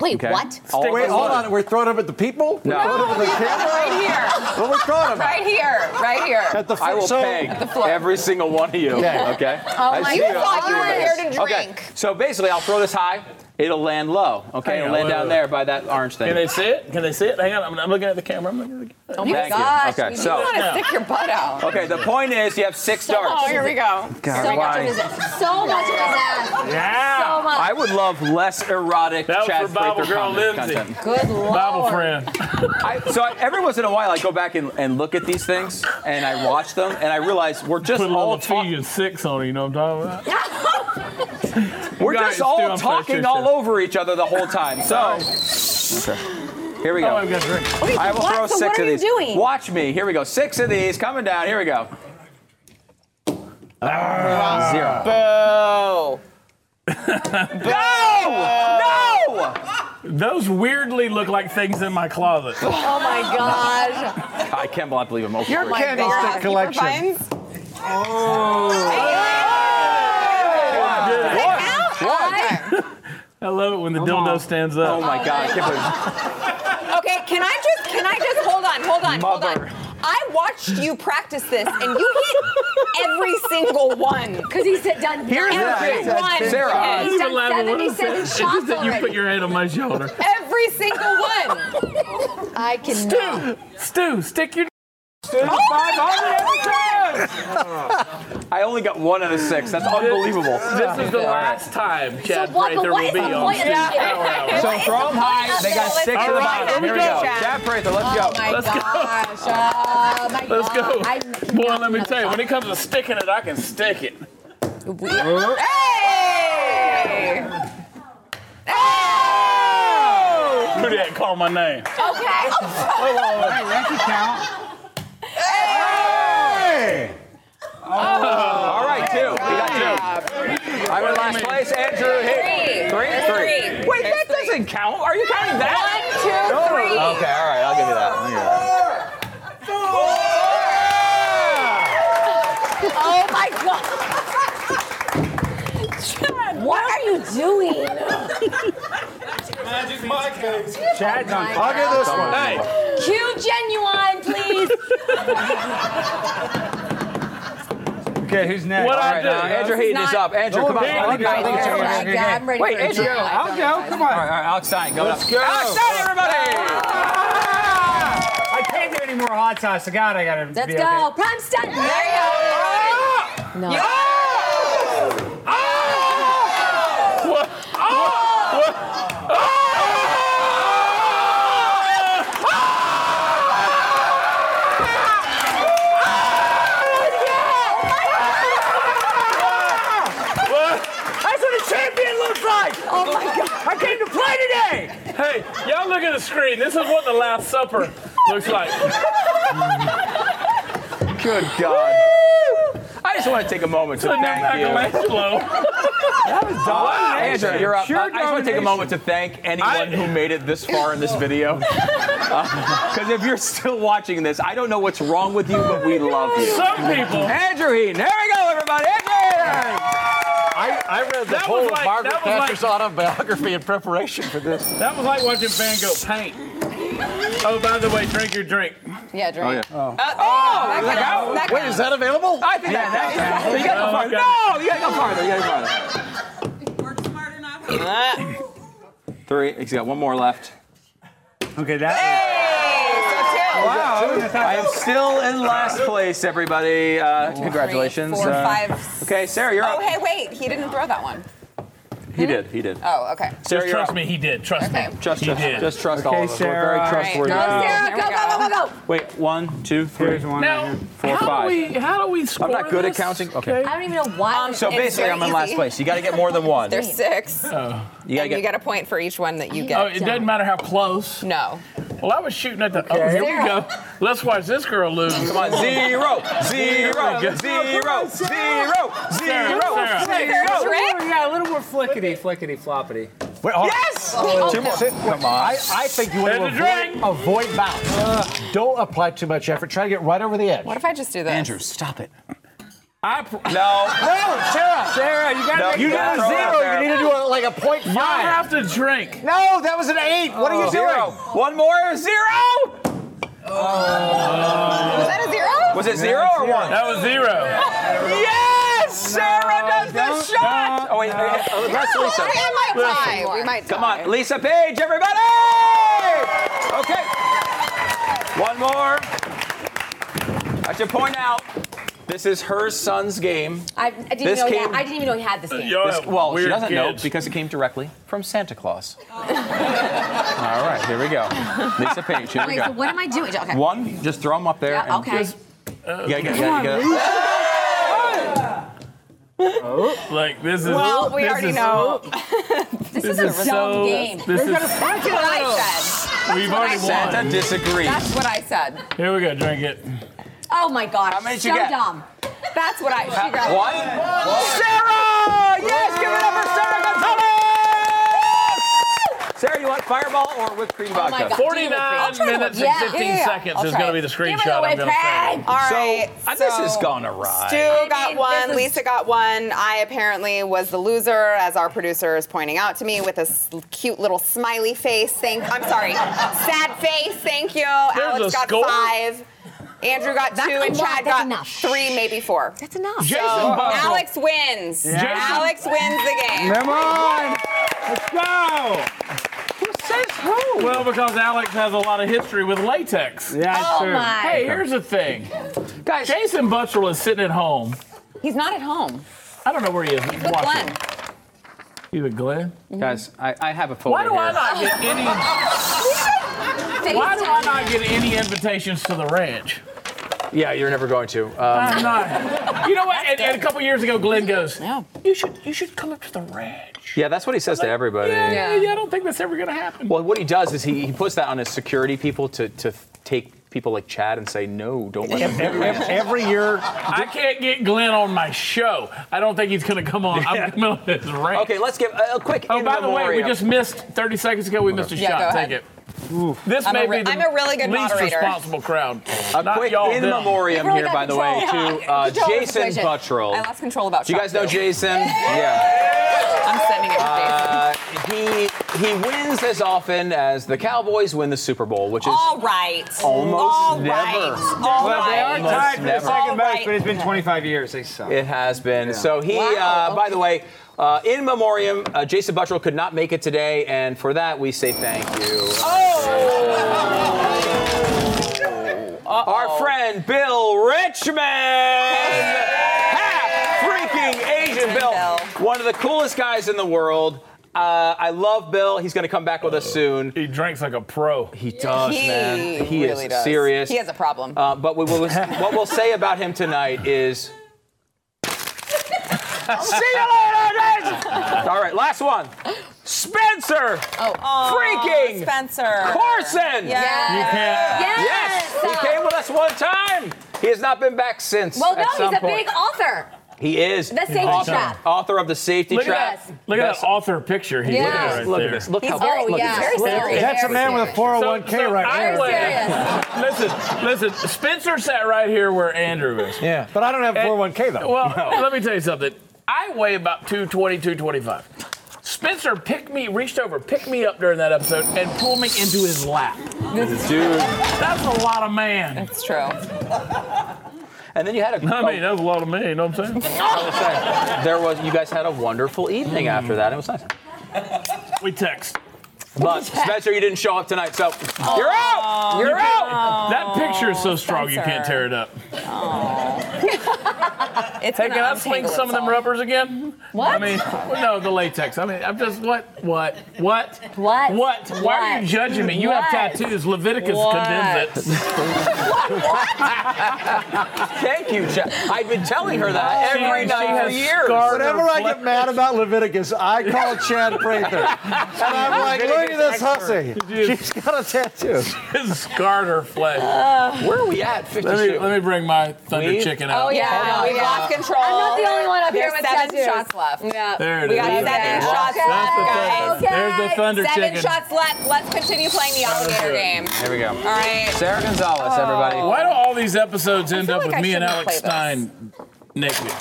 S6: Wait,
S5: Okay.
S6: what?
S5: All
S8: Wait,
S5: of us
S8: hold
S5: loaded.
S8: on. We're throwing them at the people?
S5: No.
S8: We're throwing them at the camera?
S4: Right here.
S8: What are we throwing them at?
S4: Right here. Right here.
S8: At the
S5: I will
S8: so,
S5: peg
S4: the floor.
S5: every single one of you.
S8: Yeah.
S5: Okay.
S6: Oh
S5: I
S6: my
S5: see you.
S6: God.
S5: I see you
S6: You're
S5: guys.
S4: here to drink.
S5: Okay. So basically, I'll throw this high. It'll land low. Okay.
S1: Hang
S5: It'll
S1: on,
S5: land
S1: wait,
S5: down
S1: wait,
S5: there by that orange thing.
S1: Can they see it? Can they see it? Hang on, I'm, I'm looking at the camera. I'm looking at the camera.
S4: Oh my
S5: Thank you.
S4: gosh.
S5: Okay,
S4: You
S5: so-
S4: want to stick your butt out.
S5: Okay. The point is, you have six
S4: Oh,
S5: darts.
S4: here we go.
S6: so much of his So much of his ass.
S1: Yeah.
S6: So much.
S5: I would love less erotic
S1: That was
S5: Chad
S1: for Bible
S5: Prather
S1: Girl
S5: content-
S1: Lindsay.
S5: content.
S4: Good lord.
S1: Bible friend.
S5: I, so I, every once in a while, I go back and, and look at these things, and I watch them, and I realize we're just
S1: Put a
S5: all
S1: little two
S5: talking.
S1: and six on it, you know what I'm talking about?
S5: We're
S1: Guys,
S5: just all
S1: dude, I'm
S5: talking
S1: frustrated.
S5: all over each other the whole time. So. Here we
S1: Oh,
S5: go.
S1: I've got a drink.
S5: I will
S6: What?
S5: throw
S6: So
S5: six
S6: what are
S5: of
S6: you
S5: these.
S6: doing?
S5: Watch me. Here we go. Six of these coming down. Here we go.
S1: Ah.
S5: Zero.
S4: Boo.
S5: No! No!
S1: Those weirdly look like things in my closet.
S4: Oh my gosh.
S5: I can't believe I'm over
S4: Your
S5: here.
S8: candlestick collection.
S4: Oh.
S1: I love it when the dildo stands
S5: Oh
S1: up.
S5: my god! I can't believe-
S4: Okay, can I just can I just hold on, hold on, hold
S5: Mother.
S4: on. I watched you practice this and you hit every single one.
S6: Because he's done
S5: Here's the
S6: every
S5: thing.
S6: one.
S5: Sarah.
S6: He's
S1: You
S6: done
S1: were laughing when I said
S6: 77
S1: it. It's
S6: shots
S1: just that you
S6: already.
S1: put your head on my shoulder.
S4: Every single one.
S6: I cannot.
S1: Stu, stick your.
S5: Five hundred episodes! I only got one out of six. That's unbelievable.
S1: This is the last time Chad
S6: So what-
S1: Prather
S6: what
S1: will
S6: is
S1: be
S6: the
S1: on
S6: point
S1: Stu's
S6: of this?
S1: Power Hour.
S5: So throw them high. They got six
S1: All
S5: to the
S1: right,
S5: bottom.
S1: here we
S5: go.
S1: go.
S5: Chad Prather, let's
S6: Oh
S5: go.
S6: my
S1: Let's go.
S6: gosh. Oh my
S1: Let's
S6: God.
S1: go.
S6: I
S1: Boy,
S6: cannot
S1: let me
S6: another
S1: tell you,
S6: shot.
S1: when it comes to sticking it, I can stick it.
S4: Hey! Hey!
S1: Who did that call my name?
S6: Okay.
S7: Hey, that could count.
S5: All right, two. We got two. I'm in last place. Andrew hit
S4: Three. Three.
S5: Three. Wait, that
S4: There's three.
S5: doesn't count. Are you counting that?
S4: One, two, three.
S2: Oh,
S5: Okay, all right, I'll give you that. I'll give you that.
S6: Oh my God. What are you doing?
S7: Chad's on fire.
S8: I'll get this one.
S1: Hey,
S6: Cue genuine, please.
S7: Okay, who's next?
S1: what
S5: All
S1: I
S5: right,
S1: do?
S5: now, Andrew Heaton is up. Andrew, come on.
S1: Hey,
S5: All right,
S1: Andrew.
S6: Oh my God, I'm ready
S5: Wait,
S6: for a
S5: Andrew,
S6: drink.
S7: I'll go. Come on.
S5: all right, Alex Stein, go
S7: Let's
S5: up.
S7: go.
S5: Alex Stein, everybody!
S7: I can't do any more hot sauce. So God, I gotta.
S6: Let's
S7: be
S6: go. Prime stunt. There you
S1: Ah!
S6: go. No.
S1: What? Oh! What? Oh!
S8: That's what a champion looks like. Oh my God! I came to play today.
S1: Hey, y'all look at the screen. This is what the Last Supper looks like.
S5: Good God. I just want to take a moment to
S1: The new
S5: thank you.
S1: Michelangelo.
S5: Andrew, you're up.
S7: Sure
S5: I I just want to take a
S7: domination.
S5: moment to thank anyone
S1: I-
S5: who made it this far in this video. Because if you're still watching this, I don't know what's wrong with you, but we love you.
S1: Some people.
S5: Andrew Heaton, here we go, everybody. Andrew! Heaton!
S8: I, I read the
S1: That
S8: whole
S1: was like-
S8: of Margaret
S1: that was like-
S8: Thatcher's autobiography in preparation for this.
S1: That was like watching Van Gogh paint. Oh, by the way, drink your drink.
S4: Yeah, drink.
S1: Oh, yeah.
S4: Oh,
S1: Oh,
S4: that counts. That counts.
S8: available?
S5: I think
S4: Yeah, Oh,
S5: that
S4: that
S5: counts.
S4: counts.
S5: You gotta go farther. No, you gotta go farther. You gotta go farther.
S4: Ah.
S5: Three. He's got one more left.
S12: Okay, that.
S5: Wow. I am still in last place, everybody. Uh, congratulations.
S4: Four,
S5: Uh,
S4: five.
S5: Okay, Sarah, you're
S4: oh,
S5: up.
S4: hey, wait. He didn't throw that one.
S5: He did. He did.
S4: Oh, okay.
S5: Uh, Sarah,
S1: Just
S5: you're
S1: trust
S5: up.
S1: me, he did. Trust me.
S5: Just
S1: he
S5: trust-
S1: did.
S5: just trust all Okay, of us. We're very Sarah. trustworthy All right. Go, people. Sarah,
S4: go, go, go, go, go.
S5: Wait, one, two, three. Here's one.
S1: Now,
S5: Four,
S1: how
S5: five.
S1: do we? How do we score
S5: I'm not good at
S1: this?
S5: counting. Okay.
S6: I don't even know why.
S4: Um,
S5: So
S4: It's
S5: basically,
S4: very
S5: I'm in last
S4: easy.
S5: place. You got to get more than one.
S4: There's six.
S1: Oh.
S5: You got to
S4: and you
S5: Uh, get.
S4: get a point for each one that you get.
S1: Oh, it doesn't matter how close.
S4: No.
S1: Well, I was shooting at the. Oh, here we go. Let's watch this girl lose.
S5: Come on, zero, zero,
S1: Here we go.
S5: zero,
S1: Sarah,
S5: zero,
S1: Sarah.
S5: zero, zero.
S7: Yeah, a little more flickety, flickety, floppity.
S5: Yes!
S8: Two more.
S5: Come on.
S8: I, I think you
S1: There's
S8: want
S1: a
S8: to avoid, avoid bounce. Don't apply too much effort. Try to get right over the edge.
S4: What if I just do this?
S5: Andrew, stop it.
S1: I pr-
S5: No.
S8: No, Sarah.
S7: Sarah, you gotta
S5: No,
S7: make
S8: You did
S7: it
S8: a
S5: Throw it out
S8: zero.
S5: there.
S8: You need to do a, like a point
S1: Y'all
S8: five.
S1: have to drink.
S8: No, that was an eight. What are you
S5: Zero.
S8: doing?
S5: One more. Zero.
S4: Was that a zero?
S5: Was it zero or one?
S1: That was zero.
S5: Yes! Sarah does the shot. Oh wait, wait, oh, that's
S4: No,
S5: Lisa.
S4: I I might tie. We might tie.
S5: Come on, Lisa Page, everybody. Okay. One more. I should point out, this is her son's game.
S6: I, I didn't
S5: This
S6: know. he
S5: came-
S6: had, I didn't even know he had this game.
S1: Y'all
S5: This-
S1: have
S5: well, she
S1: Oh, weird
S5: doesn't know
S1: kids.
S5: because it came directly from Santa Claus.
S6: Oh.
S5: All right, here we go. Lisa Page, here we
S6: Wait,
S5: go.
S6: so what am I doing? Okay.
S5: One, just throw them up there.
S6: Yeah,
S5: and-
S1: uh,
S6: okay.
S5: You gotta get- you gotta get-
S1: Like this is.
S4: Well, we
S1: this
S4: already
S1: is-
S4: know.
S6: this, is, a dumb
S1: so.
S6: game.
S1: This is.
S4: That's what I said.
S1: We've already
S5: Santa
S1: won.
S5: disagrees.
S4: That's what I said.
S1: Here we go. Drink it.
S6: Oh my gosh.
S5: How many did
S6: so
S5: you get?
S6: dumb.
S4: That's what I. She grabbed
S5: One. Sarah! Yes, give it up for Sarah Gonzalez! Sarah, you want fireball or whipped cream
S6: Oh my
S5: vodka?
S6: God. I'll
S1: 49
S6: try to-
S1: minutes
S6: yeah,
S1: and 15
S4: yeah, yeah.
S1: seconds
S4: I'll
S1: is
S4: try
S1: going to
S4: it.
S1: be the
S6: Give it
S1: screenshot I'm
S6: away,
S1: going to send.
S6: Peg.
S4: All
S5: So,
S4: right.
S5: uh, this has gone awry.
S4: Stu
S6: I
S4: got
S6: mean,
S4: one.
S6: this is-
S4: Lisa got one. I apparently was the loser, as our producer is pointing out to me with a s- cute little smiley face. Thank. I'm sorry, sad face. Thank you. Alex
S1: a
S4: got
S1: score?
S4: five. Andrew got
S6: That's
S4: two,
S6: a
S4: and
S6: lot.
S4: Chad
S6: That's
S4: got
S6: enough.
S4: three, maybe four.
S6: That's enough.
S1: Jason
S4: So
S1: Buckle.
S4: Alex wins. Alex wins the game.
S7: Come on. Let's go.
S1: Well, because Alex has a lot of history with latex.
S7: Yeah,
S6: Oh
S7: sure.
S6: my.
S1: Hey, here's the thing. Guys, Jason Buttrell is sitting at home.
S4: He's not at home.
S1: I don't know where he is. He's
S4: With
S1: watching.
S4: Glenn.
S1: He's with Glenn.
S5: Guys, I, I have a photo
S1: Why do
S5: here.
S1: I not get any? Why do I not get any invitations to the ranch?
S5: Yeah, you're never going to. Um,
S1: I'm not. You know what? And, and a couple years ago, Glenn goes, "You should, you should come up to the ranch."
S5: yeah, that's what he says to everybody.
S1: Yeah,
S4: Yeah.
S1: yeah. I don't think that's ever gonna happen.
S5: Well, what he does is he, he puts that on his security people to, to take people like Chad and say, no, don't let him.
S8: Every, every year,
S1: I can't get Glenn on my show. I don't think he's gonna come on. I'm coming on his ranch.
S5: Okay, let's give a, a quick
S1: Oh,
S5: in
S1: by the way, we
S5: memoriam.
S1: just missed 30 seconds ago. We missed a
S4: Yeah,
S1: shot.
S4: go
S1: Take
S4: ahead.
S1: it. This
S4: I'm a
S1: may
S4: re-
S1: be the
S4: I'm a really good
S1: least
S4: moderator.
S1: responsible crowd.
S5: A
S1: Not
S5: quick
S1: y'all,
S5: in
S1: them.
S5: memoriam
S6: Everyone
S5: here,
S6: got
S5: by the way,
S6: control.
S5: to uh,
S6: Control of the
S5: Jason
S6: situation.
S5: Buttrell.
S4: I lost control about.
S5: Do you
S4: shot
S5: guys know
S4: two.
S5: Jason? Yeah.
S4: I'm sending it to Jason.
S5: Uh, he he wins as often as the Cowboys win the Super Bowl, which is
S4: All right.
S5: Almost
S4: All
S5: never.
S4: right. All
S7: Well, they are
S4: right.
S5: Almost
S7: tied for the
S5: never.
S7: second most,
S4: Alright.
S7: but it's been 25 years. They suck.
S5: it has been. So he,
S4: Wow,
S5: uh, by
S4: okay.
S5: the way, uh, in memoriam, uh, Jason Buttrell could not make it today, and for that we say thank you.
S4: Oh!
S5: Our friend Bill Richmond. Half freaking Asian Bill.
S4: Bill.
S5: One of the coolest guys in the world. Uh, I love Bill. He's going to come back with us soon.
S1: He drinks like a pro.
S5: Oh. He does,
S4: He
S5: man. He
S4: really
S5: is
S4: does.
S5: serious.
S4: He has a problem.
S5: Uh, but we, we, what we'll say about him tonight is. See you later, guys! All right, last one. Spencer
S4: Oh,
S5: Freaking
S4: Spencer
S5: Corson!
S4: Yeah.
S1: You can't.
S5: Yes!
S6: Yes.
S5: He came with us one time! He has not been back since.
S6: Well, no,
S5: at
S6: he's
S5: some
S6: a
S5: point.
S6: big author.
S5: He is.
S6: The Safety
S5: author,
S6: Trap.
S5: Author of The Safety
S1: Look
S5: Trap.
S1: at that. Look at
S5: That's-
S1: that author picture. He
S6: Yeah.
S1: did right
S5: Look
S1: there.
S5: at this. Look
S4: He's
S5: how
S4: very-
S6: Oh
S5: look
S6: yeah.
S5: at
S4: very
S5: this.
S4: serious.
S6: Very
S8: that's a man with a
S6: serious.
S8: 401k right
S1: I
S8: there.
S6: Very
S1: went- listen, listen. Spencer sat right here where Andrew is.
S8: Yeah, but I don't have
S1: And-
S8: 401k though.
S1: Well, let me tell you something. I weigh about 220, 225. Spencer picked me, reached over, picked me up during that episode, and pulled me into his lap.
S5: Dude.
S1: That's a lot of man.
S4: That's true.
S5: And then you had a.
S1: I mean, that's a lot of man. You know what I'm saying?
S5: I was saying, there was. You guys had a wonderful evening after that. It was nice.
S1: We text.
S5: But Spencer, you didn't show up tonight, so you're out. You're out.
S1: That picture is so strong you can't tear it up.
S4: It's
S1: Hey,
S4: gonna
S1: can I
S4: untangle
S1: swing some of them
S4: itself.
S1: rubbers again?
S4: What?
S1: I mean, well, no, the latex. I mean, I'm just what, what, what,
S6: What?
S1: what? Why are you
S6: What?
S1: judging me? You
S6: What?
S1: have tattoos. Leviticus
S6: What?
S1: condemns it.
S5: Thank you, Jeff. I've been telling her that
S8: She-
S5: every
S8: she
S5: night for
S8: has
S5: years.
S8: scarred Whenever I get mad about Leviticus, I call Chad Prather. And I'm like, look at this hussy. She's got a tattoo.
S1: It's scarred her flesh.
S5: Where are we at?
S1: let me
S5: 52.
S1: let me bring my thunder
S5: We-
S1: chicken out.
S4: Oh yeah,
S6: Hold
S4: we
S6: on.
S4: lost control.
S6: I'm not the only one up
S4: There's
S6: here with
S4: seven
S6: tattoos.
S4: shots left. Yeah.
S1: There it
S4: we
S1: is.
S4: got
S1: Okay.
S4: seven shots
S6: Okay.
S4: left, guys.
S6: Okay.
S1: There's the thunder
S4: seven
S1: chicken.
S4: shots left. Let's continue playing the alligator game.
S5: Here we go.
S4: All right.
S5: Sarah Gonzalez, everybody.
S1: Why do all these episodes end
S4: feel
S1: up
S4: like
S1: with
S4: I
S1: me and
S4: shouldn't
S1: Alex
S4: play this.
S1: Stein naked?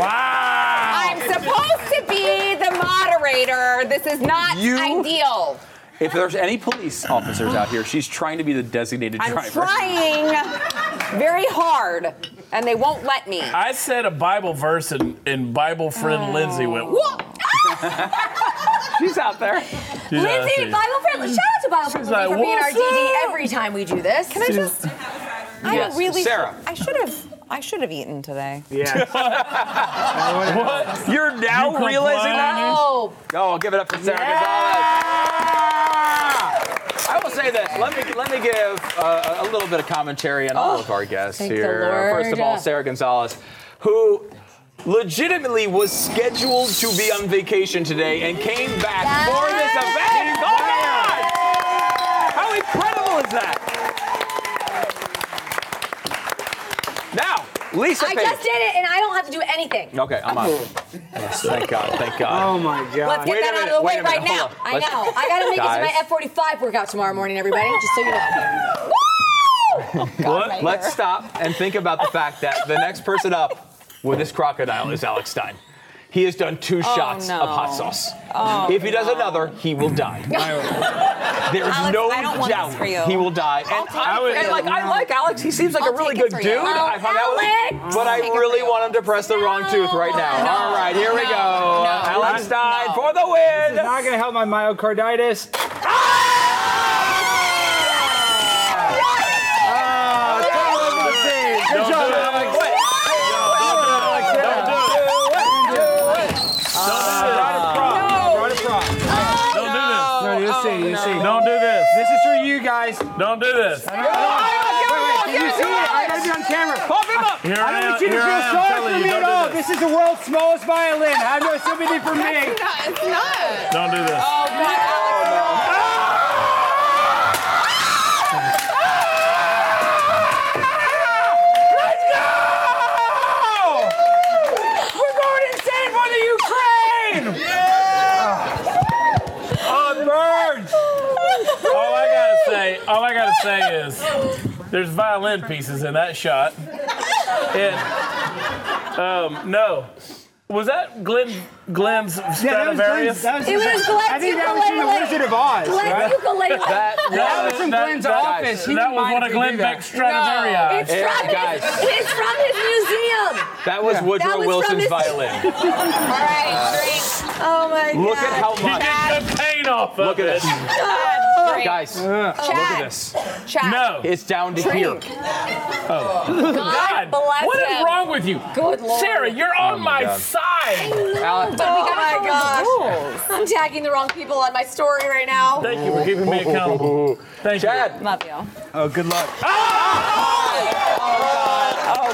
S5: Oh.
S4: I'm supposed to be the moderator. This is not
S5: You-
S4: ideal.
S5: If there's any police officers out here, she's trying to be the designated
S4: I'm
S5: driver.
S4: trying very hard, and they won't let me.
S1: I said a Bible verse, and, and Bible friend Lindsay went. Whoa.
S4: Whoa.
S5: She's out there.
S1: She's out
S6: Lindsay,
S1: there.
S6: Bible friendly. Shout out to Bible friendly
S1: like,
S6: for being our
S1: "What's
S6: DD
S1: up?"
S6: every time we do this.
S4: Can I just? I
S5: Yes,
S4: really.
S5: Sarah.
S4: I should have. I should have eaten today.
S1: What?
S5: You're now
S1: You
S5: realizing that?
S1: compliant?
S6: Oh,
S5: Oh, give it up for Sarah Gonzalez. I will say this. Let me let me give uh, a little bit of commentary on all of our guests
S6: Oh, thank the
S5: here. Uh,
S6: Lord.
S5: First of all, Sarah Gonzalez, who legitimately was scheduled to be on vacation today and came back for this event. Oh my God! How incredible is that? Now, Lisa.
S6: I
S5: Page.
S6: just did it, and I don't have to do anything.
S5: Okay, I'm on. Yes, thank God. Thank God.
S7: Oh my
S6: Let's
S7: God.
S6: get
S5: Wait a
S6: that out
S5: minute,
S6: of the
S5: wait
S6: way
S5: a
S6: right
S5: minute,
S6: now.
S5: hold on.
S6: I
S5: Let's-
S6: know. I gotta make
S5: Guys.
S6: it to my F45 workout tomorrow morning, everybody, just so you know.
S5: Let, us stop and think about the fact that the next person up with this crocodile is Alex Stein. He has done two shots
S4: Oh, no.
S5: of hot sauce. if he does another, he will die. There's
S4: Alex,
S5: no
S4: I don't want
S5: doubt
S4: this for you.
S5: he will die. And
S4: take
S5: I,
S4: it for
S5: and
S4: you.
S5: like I like Alex. He seems like
S4: I'll
S5: a really
S4: take it
S5: good
S4: for
S5: dude.
S4: you. Oh,
S5: I've hung out with him,
S6: Alex!
S5: but I
S4: I'll take it for
S5: really
S4: you.
S5: want him to press the wrong tooth right now.
S4: No,
S5: All right, here we
S4: no,
S5: go.
S4: no,
S5: Alex Stein
S4: no.
S5: for the win.
S7: It's not going to help my myocarditis. Ah, total of the team. Good job, Alex.
S5: Wait.
S7: Don't do it. Brought a prop.
S1: Don't do this.
S7: No, you'll see. You'll see.
S1: Don't do this.
S7: This is for you
S5: Oh,
S7: guys.
S1: Don't do this.
S7: Wait, wait, you see it? I gotta be on camera.
S5: Pump him up.
S1: Here
S7: I
S1: I,
S7: don't
S1: am.
S7: want you to
S1: Here
S7: feel
S1: I am.
S7: sorry
S1: telling
S7: for
S1: you,
S7: me
S1: don't
S7: at
S1: do
S7: all.
S1: this.
S7: This is the world's smallest violin. Have no sympathy for me.
S4: No, it's not.
S1: Don't do this.
S4: Oh God, Alex.
S5: Let's go! We're going insane for the Ukraine!
S1: Oh, it burns. all I gotta say, all I gotta say is, there's violin pieces in that shot. And um, no, was that Glenn Glenn's
S7: Yeah, that was
S1: Stradivarius?
S7: Glenn's- that was-
S6: It was Glenn's
S7: I think that was from the
S6: ukulele.
S7: Wizard of Oz.
S6: Glenn,
S7: right?
S6: you go lay
S7: That was from
S1: that-
S7: Glenn's
S1: that-
S7: office. He
S1: That
S7: didn't
S1: was
S7: mind
S1: one of
S7: if we
S1: Glenn
S7: do that.
S1: Beck's Stradivarii.
S6: It's from
S5: guys.
S6: his, it's from his museum.
S5: That was
S6: That
S5: Woodrow
S6: was from
S5: Wilson's
S6: his-
S5: violin.
S4: All right, drink.
S6: Oh my god.
S5: Look at how
S1: He
S5: much.
S1: did the paint off of
S5: Look at
S1: it.
S5: this.
S4: God, drink.
S5: Guys, look at this.
S4: Chad.
S1: No.
S5: It's down to here.
S6: God bless
S1: what is
S6: him.
S1: wrong with you?
S6: Good lord.
S1: Sarah, you're on my
S5: God.
S1: side.
S6: But we gotta
S4: Oh my
S6: follow the rules. I'm tagging the wrong people on my story right now.
S1: Thank you for keeping me accountable. Thank
S5: Chad.
S4: Love you.
S12: Oh, good luck.
S4: Oh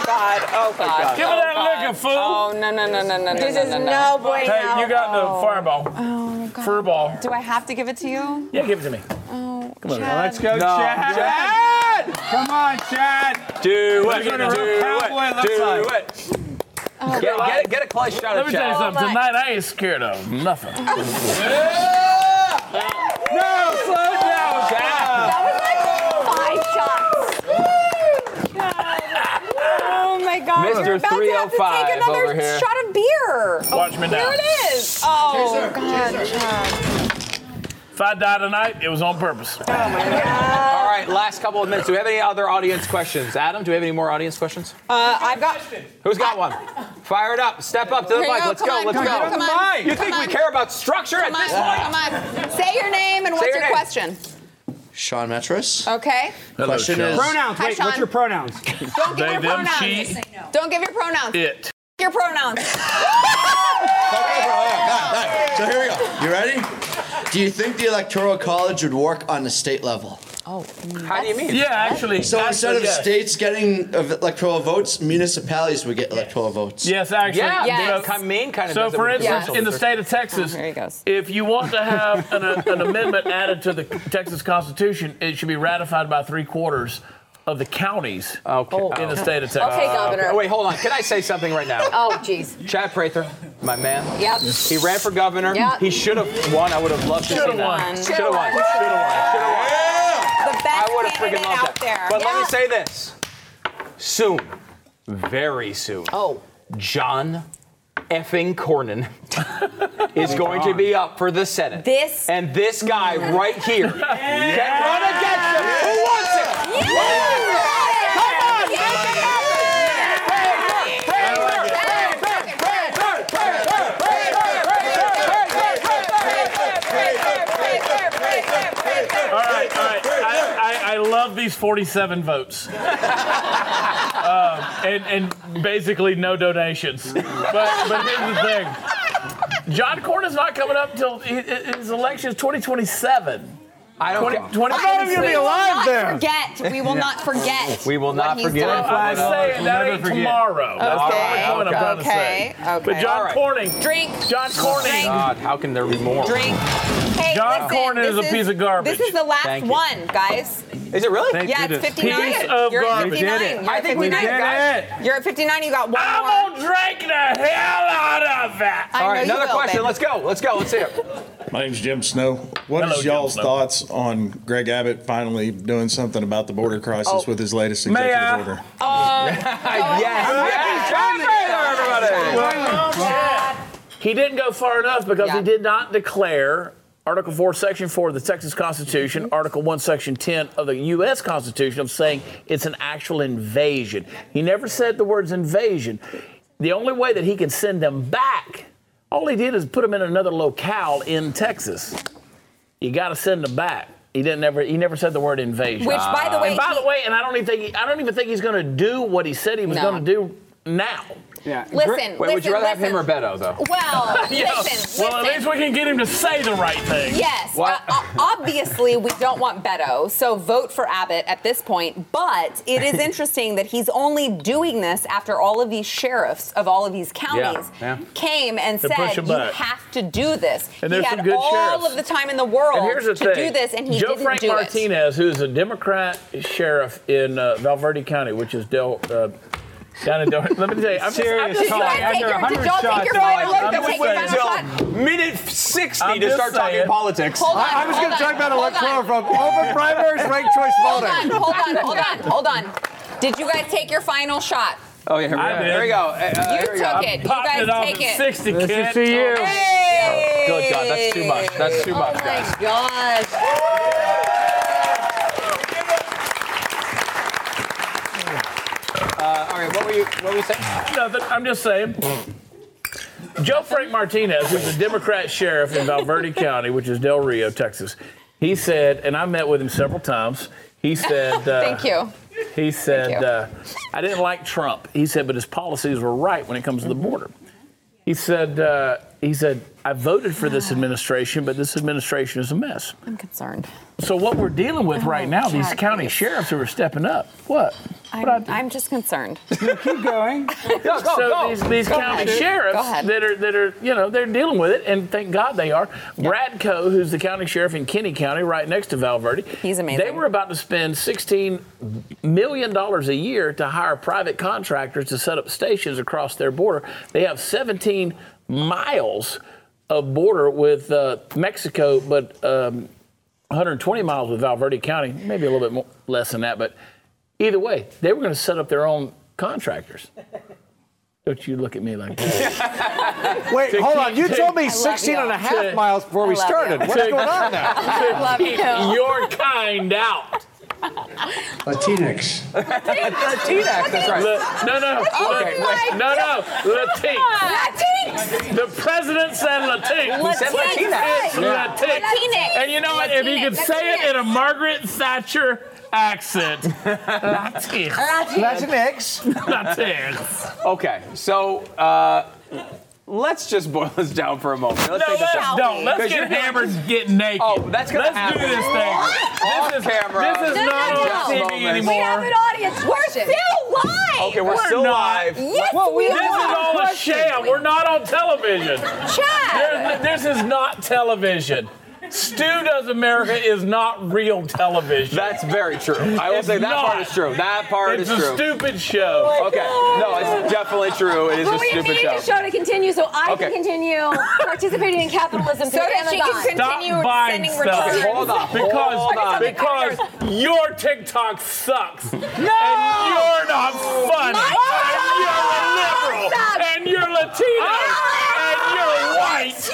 S4: God. Oh God.
S1: Give me that liquor, fool.
S4: Oh no no no no no. no,
S6: This
S4: no,
S6: is
S4: no,
S6: no
S1: you.
S6: bueno.
S1: Hey, you got the fireball.
S4: Oh God.
S1: Furball.
S4: Do I have to give it to you?
S1: Yeah, give it to me.
S4: Oh,
S1: Come on,
S4: Chad.
S7: Let's go,
S5: No.
S7: Chad.
S5: Chad!
S7: Come on, Chad.
S5: Do it. Do
S7: gonna rip Cowboy
S5: it.
S7: left
S5: Do
S7: side.
S5: it.
S4: Oh,
S5: Get, get, get a close shot
S1: Let
S5: of
S1: me tell you
S5: Chad.
S1: something.
S6: much.
S1: Um, Tonight I ain't scared of nothing.
S7: No, slow down.
S5: Chad.
S6: That was like five shots.
S4: Oh my God.
S5: Mr.
S4: You're about to have to
S5: 305
S4: take another
S5: over here.
S4: shot of beer. here.
S1: Watchmen
S4: Here
S1: now.
S4: it is. Oh,
S1: Chaser,
S4: God.
S1: If I die tonight, it was on purpose.
S5: All right, last couple of minutes. Do we have any other audience questions? Adam, do we have any more audience questions?
S4: Uh, I've got.
S5: Who's got one? Fire it up. Step up to the
S4: Here you
S5: mic.
S4: go,
S5: Let's
S4: come
S5: go.
S4: on,
S5: Let's
S4: come
S5: go.
S4: on, come on,
S5: You
S4: come
S5: think we
S4: on.
S5: care about structure
S4: Come on,
S5: at this point?
S4: come on. Say your name and
S5: Say
S4: what's
S5: your
S4: your,
S5: name.
S4: question.
S13: Sean Metris.
S4: Okay.
S13: Question
S4: Sean.
S13: is
S4: Pronouns, Hi, wait, what's Sean. your
S13: pronouns?
S4: Don't give
S13: They,
S4: your
S13: them,
S4: pronouns.
S13: she-
S4: Don't give your pronouns.
S13: It.
S4: Your pronouns.
S13: So here we go. You ready? Do you think the electoral college would work on the state level?
S4: Oh.
S5: How do you mean?
S13: So instead of states getting of electoral votes, municipalities would get electoral votes.
S1: Yes, actually.
S5: Yeah,
S1: Yes.
S5: the com- Maine kind of
S1: So,
S5: does it
S1: for
S5: with
S1: instance,
S5: social
S1: in the
S5: district.
S1: state of Texas, if you want to have an, an amendment added to the Texas Constitution, it should be ratified by three quarters of the counties in the state of Texas.
S6: Okay, Governor.
S5: Oh, Wait, hold on. Can I say something right now?
S6: Oh, jeez.
S5: Chad Prather, my man.
S6: Yep.
S5: He ran for governor.
S6: Yep.
S5: He should have won. I would have loved to
S6: Shoulda
S5: have seen that.
S6: won.
S5: Should have won. Should have won. Should have won.
S4: The best
S5: I would have freaking
S4: candidate
S5: loved
S4: out
S5: that.
S4: there.
S5: But let
S4: Yeah.
S5: me say this: soon, very soon.
S4: Oh.
S5: John effing Cornyn is going to be up for the Senate.
S4: Oh This
S5: and this guy right here can run against him. Who wants it? Who wants it? Come on, make it happen. Prather, Prather, Prather, Prather, Prather, Prather, Prather, Prather, Prather, Prather, Prather, Prather.
S1: All right, all right. I, I, I love these 47 votes. um, and, and basically no donations. But, but here's the thing John Cornyn's not coming up until his election is 2027.
S5: I don't
S1: Twenty-
S5: care.
S1: twenty- I'm not even gonna be
S4: We will
S1: alive
S4: not
S1: then.
S4: Forget. We will
S1: Yeah.
S4: not forget.
S5: We will
S4: what
S5: not
S4: he's
S5: forget.
S4: done.
S1: That's why I say it, that
S5: Never
S1: ain't
S5: forget.
S1: tomorrow. That's
S5: Okay,
S1: the only point I'm trying to say.
S4: Okay. Okay.
S1: But John
S4: All right.
S1: Cornyn.
S4: Drink.
S1: John Cornyn.
S5: God, how can there be more?
S4: Drink. Hey,
S1: John
S4: listen,
S1: Cornyn is
S4: this
S1: a piece of garbage.
S4: This is the last
S1: Thank you.
S4: one, guys.
S5: Is it really?
S4: yeah, it's 59.
S1: Piece of
S4: You're at
S1: garbage. We
S4: 59.
S1: did it.
S4: You're
S1: I
S4: at
S1: think we
S4: 59.
S1: did
S4: guys. You're at 59. You got one
S1: I'm
S4: more.
S1: gonna drink the hell out of that.
S4: I
S5: All
S4: know
S5: right,
S4: you
S5: another
S4: will,
S5: question.
S4: baby.
S5: Let's go. Let's go. Let's see it.
S14: My name's Jim Snow. What
S1: Hello,
S14: is
S1: Jim
S14: y'all's
S1: Snow.
S14: thoughts on Greg Abbott finally doing something about the border crisis
S4: Oh.
S14: with his latest
S1: May
S14: executive
S1: I?
S14: order?
S5: yes, yes. John Prather, everybody.
S1: He didn't go far enough because he did not declare Article 4, Section 4 of the Texas Constitution, Article 1, Section 10 of the U.S. Constitution of saying it's an actual invasion. He never said the words invasion. The only way that he can send them back, all he did is put them in another locale in Texas. You got to send them back. He didn't ever. He never said the word invasion.
S4: Which, by the way,
S1: and by
S4: he-
S1: the way, and I don't even think he, I don't even think he's going to do what he said he was
S4: No.
S1: going to do now. Yeah.
S4: Listen,
S5: Wait, would you
S4: listen,
S5: rather have him or
S4: listen.
S5: Beto, though?
S4: Well,
S1: Yeah.
S4: listen,
S1: Well, at
S4: listen.
S1: least we can get him to say the right thing.
S4: Yes.
S1: Why-
S4: uh, uh, obviously, we don't want Beto, so vote for Abbott at this point. But it is interesting that he's only doing this after all of these sheriffs of all of these counties
S1: yeah.
S4: came and
S1: To push
S4: said,
S1: him
S4: "You
S1: back."
S4: have to do this."
S1: And
S4: he
S1: there's
S4: had
S1: some good
S4: all
S1: sheriffs.
S4: of the time in the world
S1: And here's the
S4: to
S1: thing.
S4: do this, and he
S1: Joe
S4: didn't
S1: Frank
S4: do it.
S1: Martinez, who's a Democrat sheriff in uh, Valverde County, which is Del. Uh, down in Del. Let me tell you, I'm just- I'm
S8: Serious
S1: just,
S8: talk.
S1: saying-
S8: After
S4: take your- don't
S8: 100
S4: take
S8: shots.
S4: your
S8: No,
S4: final
S8: I like
S4: shot.
S8: that we
S4: Take
S8: went
S4: your final shot.
S5: Until minute 60
S1: I'm
S5: to
S1: just
S5: start
S1: saying.
S5: talking politics.
S4: Hold on.
S8: I, I was
S4: hold
S8: going to
S4: on,
S8: talk about
S4: hold
S8: electoral
S4: on.
S8: from over primaries, ranked choice
S4: Hold on,
S8: voting.
S4: hold on, hold on, hold on. Did you guys take your final shot?
S5: Oh, yeah, here we
S1: I
S5: go.
S1: did.
S5: Here we go. Uh, uh,
S4: You
S5: here we go.
S4: took it. You
S1: Popped
S4: guys
S1: it off
S4: take
S1: at
S4: it.
S1: 60,
S8: This
S1: kid. Oh,
S8: is to you.
S4: Hey!
S5: Good God, that's too much. That's too much, guys.
S4: Oh my gosh.
S5: Uh, all right, what were you, what were you saying?
S1: Nothing. I'm just saying. Joe Frank Martinez, who's a Democrat sheriff in Valverde County, which is Del Rio, Texas, he said, and I met with him several times. He said, uh,
S4: Thank you.
S1: He
S4: Thank
S1: said,
S4: you.
S1: uh, I didn't like Trump. He said, but his policies were right when it comes to the border. He said, uh, he said, I voted for this administration, but this administration is a mess.
S4: I'm concerned.
S1: So what we're dealing with right now, these
S4: God,
S1: county sheriffs who are stepping up. What?
S4: I'm, I'm just concerned.
S8: Keep going.
S5: Go, go,
S1: so
S5: go.
S1: these, these
S4: Go
S1: county
S4: ahead.
S1: sheriffs
S4: Go ahead.
S1: that are that are you know they're dealing with it, and thank God they are. Brad Coe, who's the county sheriff in Kinney County, right next to Val Verde,
S4: He's amazing.
S1: They were about to spend sixteen million dollars a year to hire private contractors to set up stations across their border. They have seventeen miles of border with uh, Mexico, but um, 120 miles with Valverde County, maybe a little bit more, less than that, but either way, they were going to set up their own contractors. Don't you look at me like that.
S8: Wait,
S1: To
S8: hold
S1: keep-
S8: on. You
S1: to-
S8: told me
S1: I love
S8: 16 and a
S1: you.
S8: half
S1: To-
S8: miles before
S1: I
S8: we
S1: love
S8: started.
S1: you.
S8: What's
S1: To-
S8: going on now?
S1: I love
S8: you.
S1: Your kind out.
S12: Latinx.
S1: Latinx,
S12: that's right.
S1: no, no,
S12: Oh
S1: okay,
S12: my
S1: no, no,
S12: God.
S1: Latinx. The president said Latinx.
S12: He said Latinx.
S1: It's
S12: Yeah.
S1: Latinx.
S12: Latinx.
S1: And you know what? If you could
S12: Latinx.
S1: say it in a Margaret Thatcher accent, Latinx.
S8: Latinx.
S1: Latinx.
S5: Okay, so uh, let's just boil this down for a moment. Let's
S1: No,
S5: take this
S1: let's
S5: out.
S1: don't. Let's
S5: 'Cause
S1: get
S5: Oh. you're doing-
S1: hammered and get naked.
S5: Oh, that's gonna
S1: Let's
S5: happen.
S1: do this thing.
S5: Off
S1: this is,
S5: camera.
S1: This is
S5: No,
S1: not
S5: no,
S1: on
S5: no.
S1: TV
S5: We
S1: anymore.
S6: have an audience question. We're still live.
S5: Okay, we're, still
S1: not.
S5: live.
S6: Yes, Well, we
S1: this
S6: are.
S1: is all a sham. We're not on television.
S6: Chad.
S1: There's- This is not television. Stu Does America is not real television.
S5: That's very true. I will
S1: It's
S5: say that part
S1: not.
S5: is true. That part
S1: It's
S5: is
S1: a
S5: true.
S1: stupid show.
S5: okay, no, it's definitely true. It is
S6: But
S5: a
S6: we
S5: stupid
S6: need
S5: show.
S6: the show to continue so I
S5: Okay.
S6: can continue participating in capitalism
S4: So
S6: through
S4: that she
S6: Amazon.
S4: can continue
S1: Stop buying
S4: sending
S1: stuff.
S4: returns.
S5: Hold on,
S1: Because,
S5: hold on.
S1: because your TikTok sucks. No! And you're not funny.
S12: My
S1: and you're a liberal. And you're Latino. and you're white.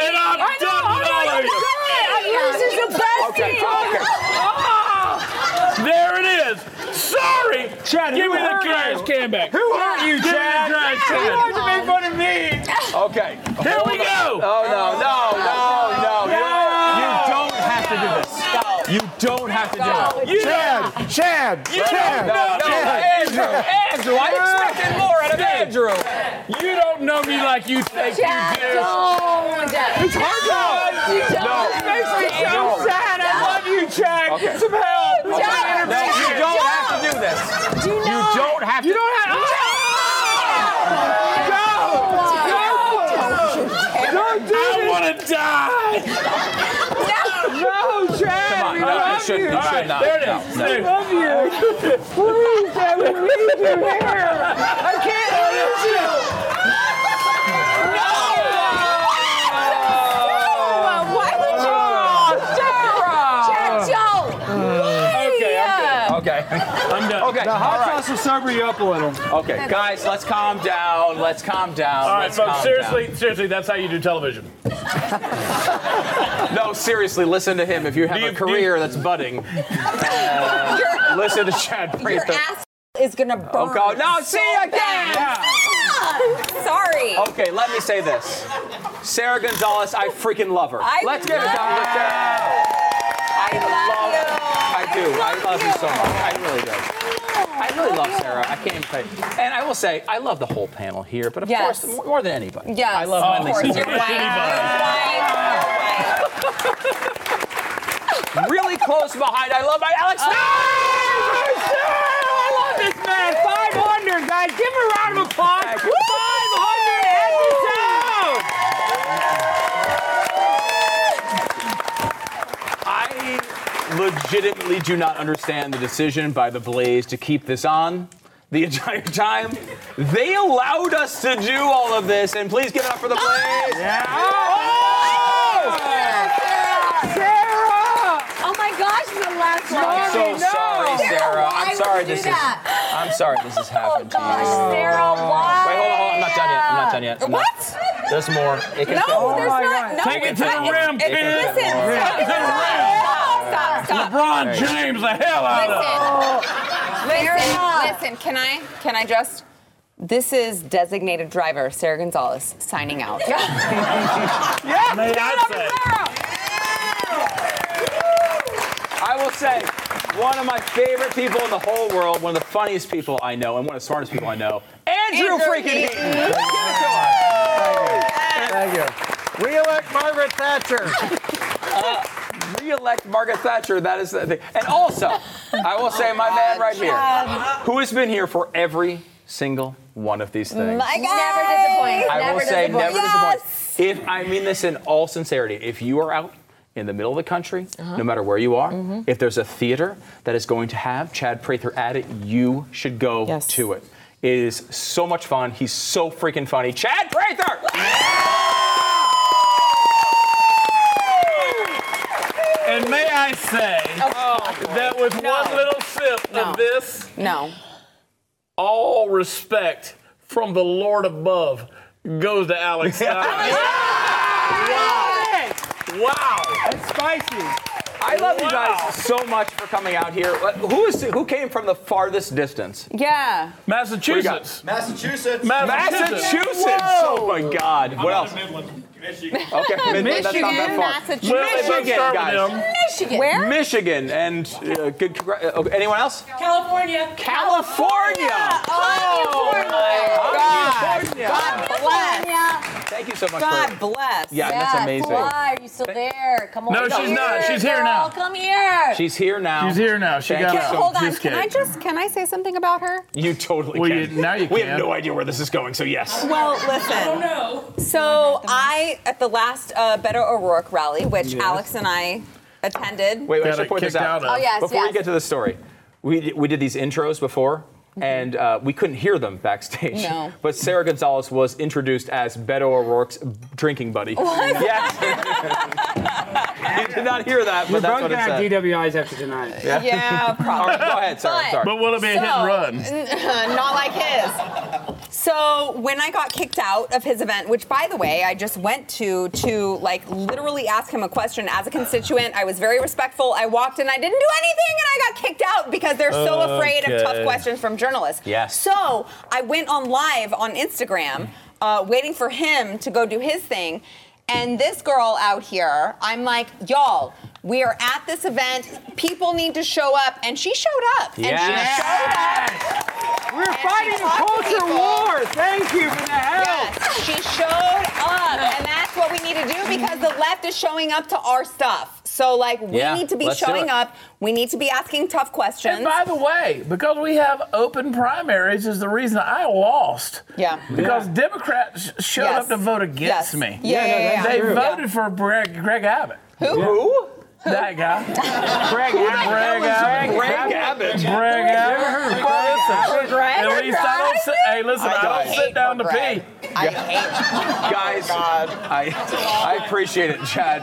S1: And I'm
S12: I know,
S1: done with
S12: I
S1: all
S12: know,
S1: of you.
S12: I know. Yours is the best
S1: Okay,
S12: thing.
S1: okay. Ah, there it is. Sorry.
S12: Chad,
S1: Give
S12: who
S1: me the
S12: hurt
S1: trash
S12: you?
S1: can back.
S12: Who hurt you,
S1: Give me the
S12: Chad?
S1: trash
S12: You
S1: can.
S12: wanted to make fun of
S5: Okay.
S1: Here we go.
S5: Oh no, no, no, no.
S12: No.
S5: You don't have to do this. You don't have to do it.
S12: You Chad, Chad,
S5: You
S12: Chad,
S5: don't know
S12: Chad,
S5: Andrew. Andrew, I expected more out of Andrew.
S1: You don't know me like you think
S6: Chad,
S1: you do.
S6: don't.
S12: It's hard
S6: No, you don't.
S12: No. It makes me so
S6: No.
S12: sad. I love you, Chad.
S5: Okay.
S12: Some help.
S5: Okay.
S12: Chad,
S5: No, you
S12: Chad,
S5: don't
S12: Chad.
S5: have to do this.
S6: Do not.
S12: You don't have to. You don't have to. No! No! Don't do
S1: I
S12: this.
S1: want to die.
S12: No, Chad.
S5: Come on,
S12: we
S5: no,
S12: love
S5: you shouldn't,
S12: you.
S5: you should not.
S1: There it is.
S5: No,
S12: We
S1: There-
S12: love you. Please, I would leave you here. I can't lose you.
S4: Well, why would you?
S6: Chad, don't.
S5: Okay, I'm good. Okay.
S1: I'm done.
S5: Okay, all right.
S8: will sober you up a little.
S5: Okay, guys, let's calm down. Let's calm down.
S1: All right,
S5: let's
S1: folks.
S5: calm
S1: Seriously, seriously, that's how you do television.
S5: down. No, seriously, listen to him. If you have
S1: you-
S5: a
S1: do
S5: career that's budding, uh,
S4: Your,
S5: listen to Chad
S4: your
S5: Prather.
S4: ass is gonna burn.
S5: Oh, God. No, see
S4: so
S5: again.
S4: bad. Oh, Sorry.
S5: Okay, let me say this. Sarah Gonzalez, I freaking love her.
S4: I
S5: Let's give it
S4: love
S5: up for Sarah. I love
S4: you.
S5: I do. I
S4: I
S5: love you so
S4: love
S5: much. I really do. I really love Sarah. I can't even tell you. And I will say, I love the whole panel here, but of
S4: Yes.
S5: course, more- more than anybody.
S4: Yes,
S5: I love
S4: of
S5: Wendy
S4: course.
S5: so
S4: You're
S5: much.
S4: white. You're white.
S5: really close behind. I love my Alex.
S12: I love this man. 500, guys. Give him a round of applause. 500 episodes.
S5: I legitimately do not understand the decision by the Blaze to keep this on the entire time. They allowed us to do all of this, and please give it up
S12: Oh,
S5: for the Blaze.
S12: Sarah!
S6: Oh my gosh, this is the last one.
S5: I'm so sorry,
S6: Sarah,
S5: Sarah.
S6: why
S5: I'm
S6: would
S5: sorry
S6: you do
S5: this is.
S6: that?
S5: I'm sorry this has
S6: Oh
S5: happened to
S6: gosh,
S5: you.
S6: Sarah, why?
S5: Wait, hold on, hold on. I'm not done yet. I'm not done yet. I'm not-
S4: What?
S5: There's more. It can
S4: No,
S5: go
S1: Oh
S4: there's
S5: on.
S4: not. No,
S1: Take it
S4: it's
S1: to
S4: not.
S1: the rim,
S4: It's-
S1: kid.
S4: it's- Listen,
S1: Yeah.
S4: stop,
S1: To the rim.
S4: stop, stop, stop.
S1: LeBron James, the hell out of.
S4: Listen, listen, can I, can I just? This is designated driver Sarah Gonzalez signing out.
S5: Yeah,
S1: May I
S5: get up,
S1: say-
S5: Sarah! I will say, one of my favorite people in the whole world, one of the funniest people I know, and one of the smartest people I know, Andrew,
S4: Andrew
S5: freaking
S4: Eaton.
S5: Eaton. Give it to him.
S8: Thank you. We elect Margaret Thatcher.
S5: Re-elect Margaret Thatcher. That is the thing. And also, I will
S6: Oh,
S5: say, my man right here, who has been here for every single one of these things.
S4: My God.
S6: Never disappoint.
S5: I
S6: never
S5: will say
S6: disappoint.
S5: never
S4: Yes!
S5: disappoint. If I mean this in all sincerity, if you are out in the middle of the country,
S4: Uh-huh.
S5: no matter where you are,
S4: Mm-hmm.
S5: if there's a theater that is going to have Chad Prather at it, you should go
S4: Yes.
S5: to it. It is so much fun. He's so freaking funny. Chad Prather!
S1: And may I say
S5: Oh,
S1: that with one little sip
S4: No.
S1: of this,
S4: No.
S1: all respect from the Lord above goes to Alex. Uh, Stein.
S5: Wow.
S7: That's spicy.
S5: I love you guys so much for coming out here. What- Who is who came from the farthest distance?
S4: Yeah.
S5: Massachusetts.
S13: Massachusetts.
S5: Massachusetts. Oh my God. What else? Okay, Midland, that's not that far. Michigan, guys.
S4: Michigan. Where?
S5: Michigan and uh, good. Congr- uh, okay, anyone else?
S12: California.
S5: California.
S12: Oh,
S5: California.
S4: God bless.
S5: Thank you so much.
S4: God
S5: for-
S4: bless.
S5: Yeah, that's amazing.
S6: Why are you still there? Come on.
S5: No, she's not. She's here
S6: girl.
S5: now.
S6: Come here.
S5: She's here now.
S1: She's here now. She
S5: Thank
S1: got
S5: you
S1: out.
S5: so
S4: Hold on.
S1: Just
S4: Can I
S1: kidding.
S4: just can I say something about her?
S5: You totally
S1: Well,
S5: can.
S1: you- now you
S5: we
S1: can.
S5: have no idea where this is going, so yes.
S4: Well, listen. I don't know. So I at the last uh, Better O'Rourke rally, which
S5: Yes.
S4: Alex and I attended.
S5: Wait, wait, I should point this out.
S4: Oh yes,
S5: Before
S4: yes.
S5: we get to the story, we, d- we did these intros before, and uh, we couldn't hear them backstage.
S4: Mm-hmm. No.
S5: But Sarah Gonzalez was introduced as Beto O'Rourke's drinking buddy.
S7: What?
S5: Yes. you did not hear that, but
S7: You're
S5: that's
S7: both
S5: what
S7: gonna
S5: it
S7: have
S5: said.
S7: DWIs after tonight.
S5: Yeah.
S4: Yeah, probably.
S5: All right, go ahead, Sarah.
S4: But-
S5: sorry.
S1: But will it be a hit and run?
S4: run? Not like his. So when I got kicked out of his event, which by the way, I just went to to like literally ask him a question as a constituent. I was very respectful. I walked in, I didn't do anything, and I got kicked out because they're so afraid of tough
S5: Okay.
S4: questions from journalists.
S5: Yes.
S4: So I went on live on Instagram, uh, waiting for him to go do his thing. And this girl out here, I'm like, y'all, we are at this event. People need to show up. And she showed up. And
S5: Yes.
S4: she showed up.
S7: We're fighting a
S4: talk to
S7: culture
S4: people.
S7: war. Thank you for the help.
S4: Yes, she showed up, and that's what we need to do because the left is showing up to our stuff. So, like, we
S1: Yeah,
S4: need to be
S1: let's do
S4: showing
S1: it.
S4: up. We need to be asking tough questions.
S1: And by the way, because we have open primaries is the reason I lost.
S4: Yeah.
S1: Because Democrats sh- showed
S4: Yes.
S1: up to vote against
S4: Yes.
S1: me.
S4: Yeah, Yeah, yeah, yeah,
S1: They
S4: true.
S1: voted for Greg, Greg Abbott.
S4: Who?
S5: Who?
S1: That guy.
S7: Greg
S1: Greg Abbott.
S5: Greg Abbott.
S1: Greg Abbott. Well, listen,
S4: Greg
S1: At least I don't sit. Hey, listen,
S5: I
S1: I
S5: don't.
S1: don't, sit down to
S4: Greg.
S1: pee.
S4: I hate
S5: Guys, I, I appreciate it, Chad.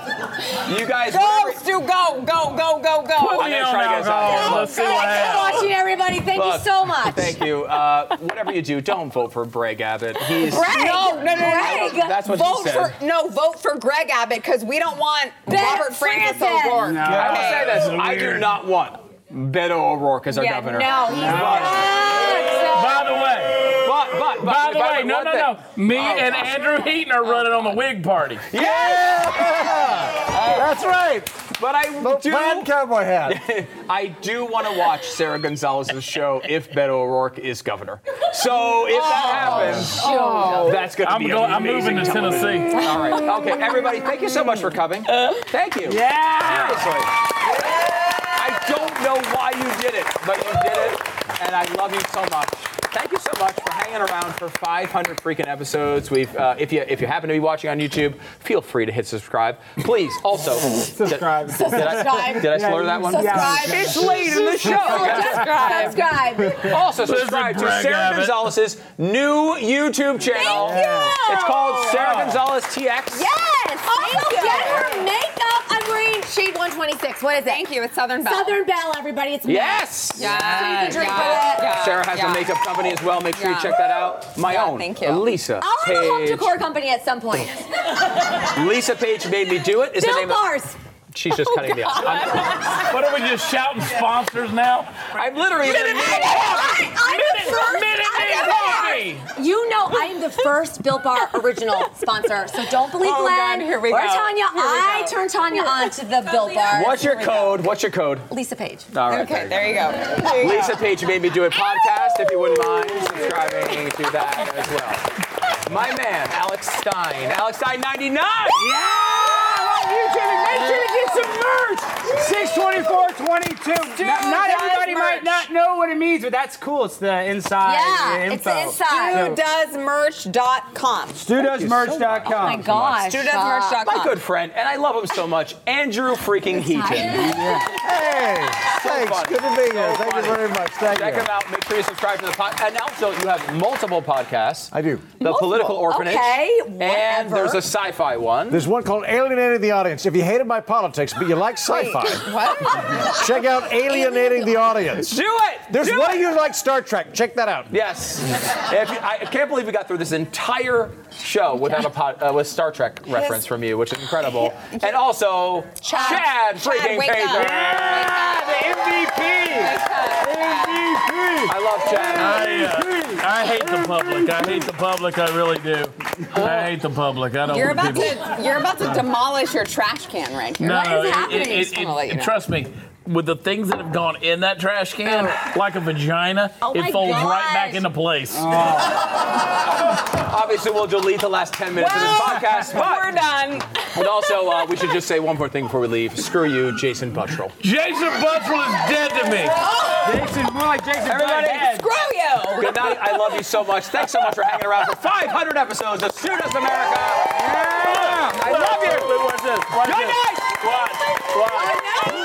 S5: You guys,
S4: Go,
S5: whatever-
S4: Stu, go, go, go, go, go.
S1: Put
S5: I'm
S1: me
S5: gonna
S1: on
S5: try to get us out of
S1: alcohol.
S5: here.
S1: Let's see what
S6: Thanks for
S1: happens.
S6: watching, everybody. Thank you
S5: Look,
S6: so much.
S5: Thank you. Uh, whatever you do, don't vote for Greg Abbott. He's
S4: Greg, no, no, no, no.
S6: Greg.
S5: That's what she
S4: vote
S5: said.
S4: for no, vote for Greg Abbott because we don't want
S6: Ben
S4: Robert Francis
S6: Francis.
S4: O'Rourke.
S7: No.
S5: I will say this:
S1: That's
S5: I do
S1: weird.
S5: not want Beto O'Rourke as our
S4: Yeah,
S5: governor.
S6: Oh,
S4: no, he's not.
S1: By the way,
S5: But, but, but,
S1: by the
S5: but
S1: way, no,
S5: one
S1: no,
S5: thing.
S1: no. Me and Andrew Heaton are running on the Whig Party.
S5: Yeah!
S8: That's right.
S5: But I
S8: The plaid
S5: do,
S8: cowboy hat.
S5: I do want to watch Sarah Gonzalez's show if Beto O'Rourke is governor. So if
S6: Oh.
S5: that happens, that's going to
S1: I'm
S5: be
S1: going. I'm
S5: amazing
S1: moving to
S5: television.
S1: Tennessee.
S5: All right. Okay, everybody, thank you so much for coming. Thank you.
S7: Yeah.
S5: Seriously. I don't know why you did it, but you did it, and I love you so much. Thank you so much for hanging around for 500 freaking episodes. We've, uh, if you if you happen to be watching on YouTube, feel free to hit subscribe. Please also
S7: Subscribe.
S5: Did, did I, did I slur that one?
S7: Subscribe.
S5: It's late in the show.
S4: Subscribe.
S6: Oh, Subscribe.
S5: Also, subscribe to
S1: Brad
S5: Sarah
S1: Abbott.
S5: Gonzalez's new YouTube channel.
S6: Thank you.
S5: It's called Sarah Gonzalez TX.
S6: Yes.
S5: Oh,
S6: Also,
S4: you.
S6: get her makeup. I'm wearing shade 126. What is it?
S4: Thank you. It's Southern Bell.
S6: Southern Belle, everybody. It's
S5: Yes.
S4: Yeah.
S6: So you can drink with it.
S5: Sarah has
S4: Uh, yeah.
S5: a makeup company as well. Make sure
S4: Yeah.
S5: you check that out. My
S4: Yeah,
S5: own.
S4: thank you. Oh,
S5: Elisa
S6: I'll have a home
S5: Page.
S6: decor company at some point.
S5: Lisa Page made me do it. Is the
S6: Bill
S5: name of-
S6: Bars.
S5: She's
S4: Oh,
S5: just cutting me off. I'm,
S1: What are we just shouting sponsors now?
S5: I'm literally.
S6: I, I'm the first.
S1: Minute
S6: I'm
S1: Man
S6: the first.
S1: Coffee.
S6: You know I am the first Built Bar original sponsor, so don't believe
S4: Oh,
S6: Glenn
S4: God, here we
S6: or
S4: go.
S6: Tanya.
S4: Here we
S6: I
S4: go.
S6: turned Tanya on to the Built Bar.
S5: What's your code? What's your code?
S6: Lisa Page.
S5: All right.
S4: Okay,
S5: there
S4: there you go.
S5: you go. Lisa Page made me do it podcast. If you wouldn't mind subscribing to that as well. My man, Alex Stein. Alex Stein 99.
S7: Make sure to get some merch. 624.22. Not, not
S4: does
S7: everybody
S4: merch.
S7: might not know what it means, but that's cool. It's the inside.
S6: Yeah,
S7: the
S6: it's the
S7: info.
S6: inside.
S7: So,
S4: StuDoesMerch.com.
S1: Oh,
S7: StuDoesMerch.com.
S4: Oh
S6: My gosh.
S4: StuDoesMerch.com.
S5: My good friend, and I love him so much, Andrew freaking Heaton.
S15: Hey! Thanks. Good to be here. Thank you very much. Thank
S5: Check
S15: you.
S5: them out. Make sure you subscribe to the podcast. And also, you have multiple podcasts. I
S8: do.
S5: The Political Orphanage.
S8: Okay,
S5: And
S8: whatever.
S5: there's a sci-fi one.
S8: There's one called Alienating the Audience. If you hated my politics, but you like sci fi,
S5: What?
S8: check out Alienating the Audience.
S5: Do it!
S8: There's
S5: Do
S8: one
S5: it!
S8: of you like Star Trek. Check that out.
S5: Yes. If you- I can't believe we got through this entire show without a pod, uh, with Star Trek reference from you, which is incredible. And also, Chad, freaking
S16: wake up.
S5: Paisley.
S16: MVP.
S5: I love
S1: I, uh, I hate the public. I hate the public. I really do. I hate the public. I don't.
S4: You're
S1: want
S4: about
S1: people.
S4: to you're about to demolish your trash can right here.
S1: No,
S4: what is
S1: it-
S4: happening?
S1: it- it-
S4: Just wanna
S1: it-
S4: let you know.
S1: trust me. With the things that have gone in that trash can, like a vagina,
S4: Oh my Oh.
S1: it folds right
S4: gosh.
S1: back into place.
S5: Obviously, we'll delete the last 10 minutes of this podcast, but
S4: We're done.
S5: and also, uh, we should just say one more thing before we leave. Screw you, Jason Buttrell.
S1: Jason Buttrell is dead to me.
S17: Jason, more like Jason.
S5: Everybody,
S4: Screw you.
S5: Good night. I love you so much. Thanks so much for hanging around for 500 episodes of Shoot Us America. I love you. Good night.
S1: What? What?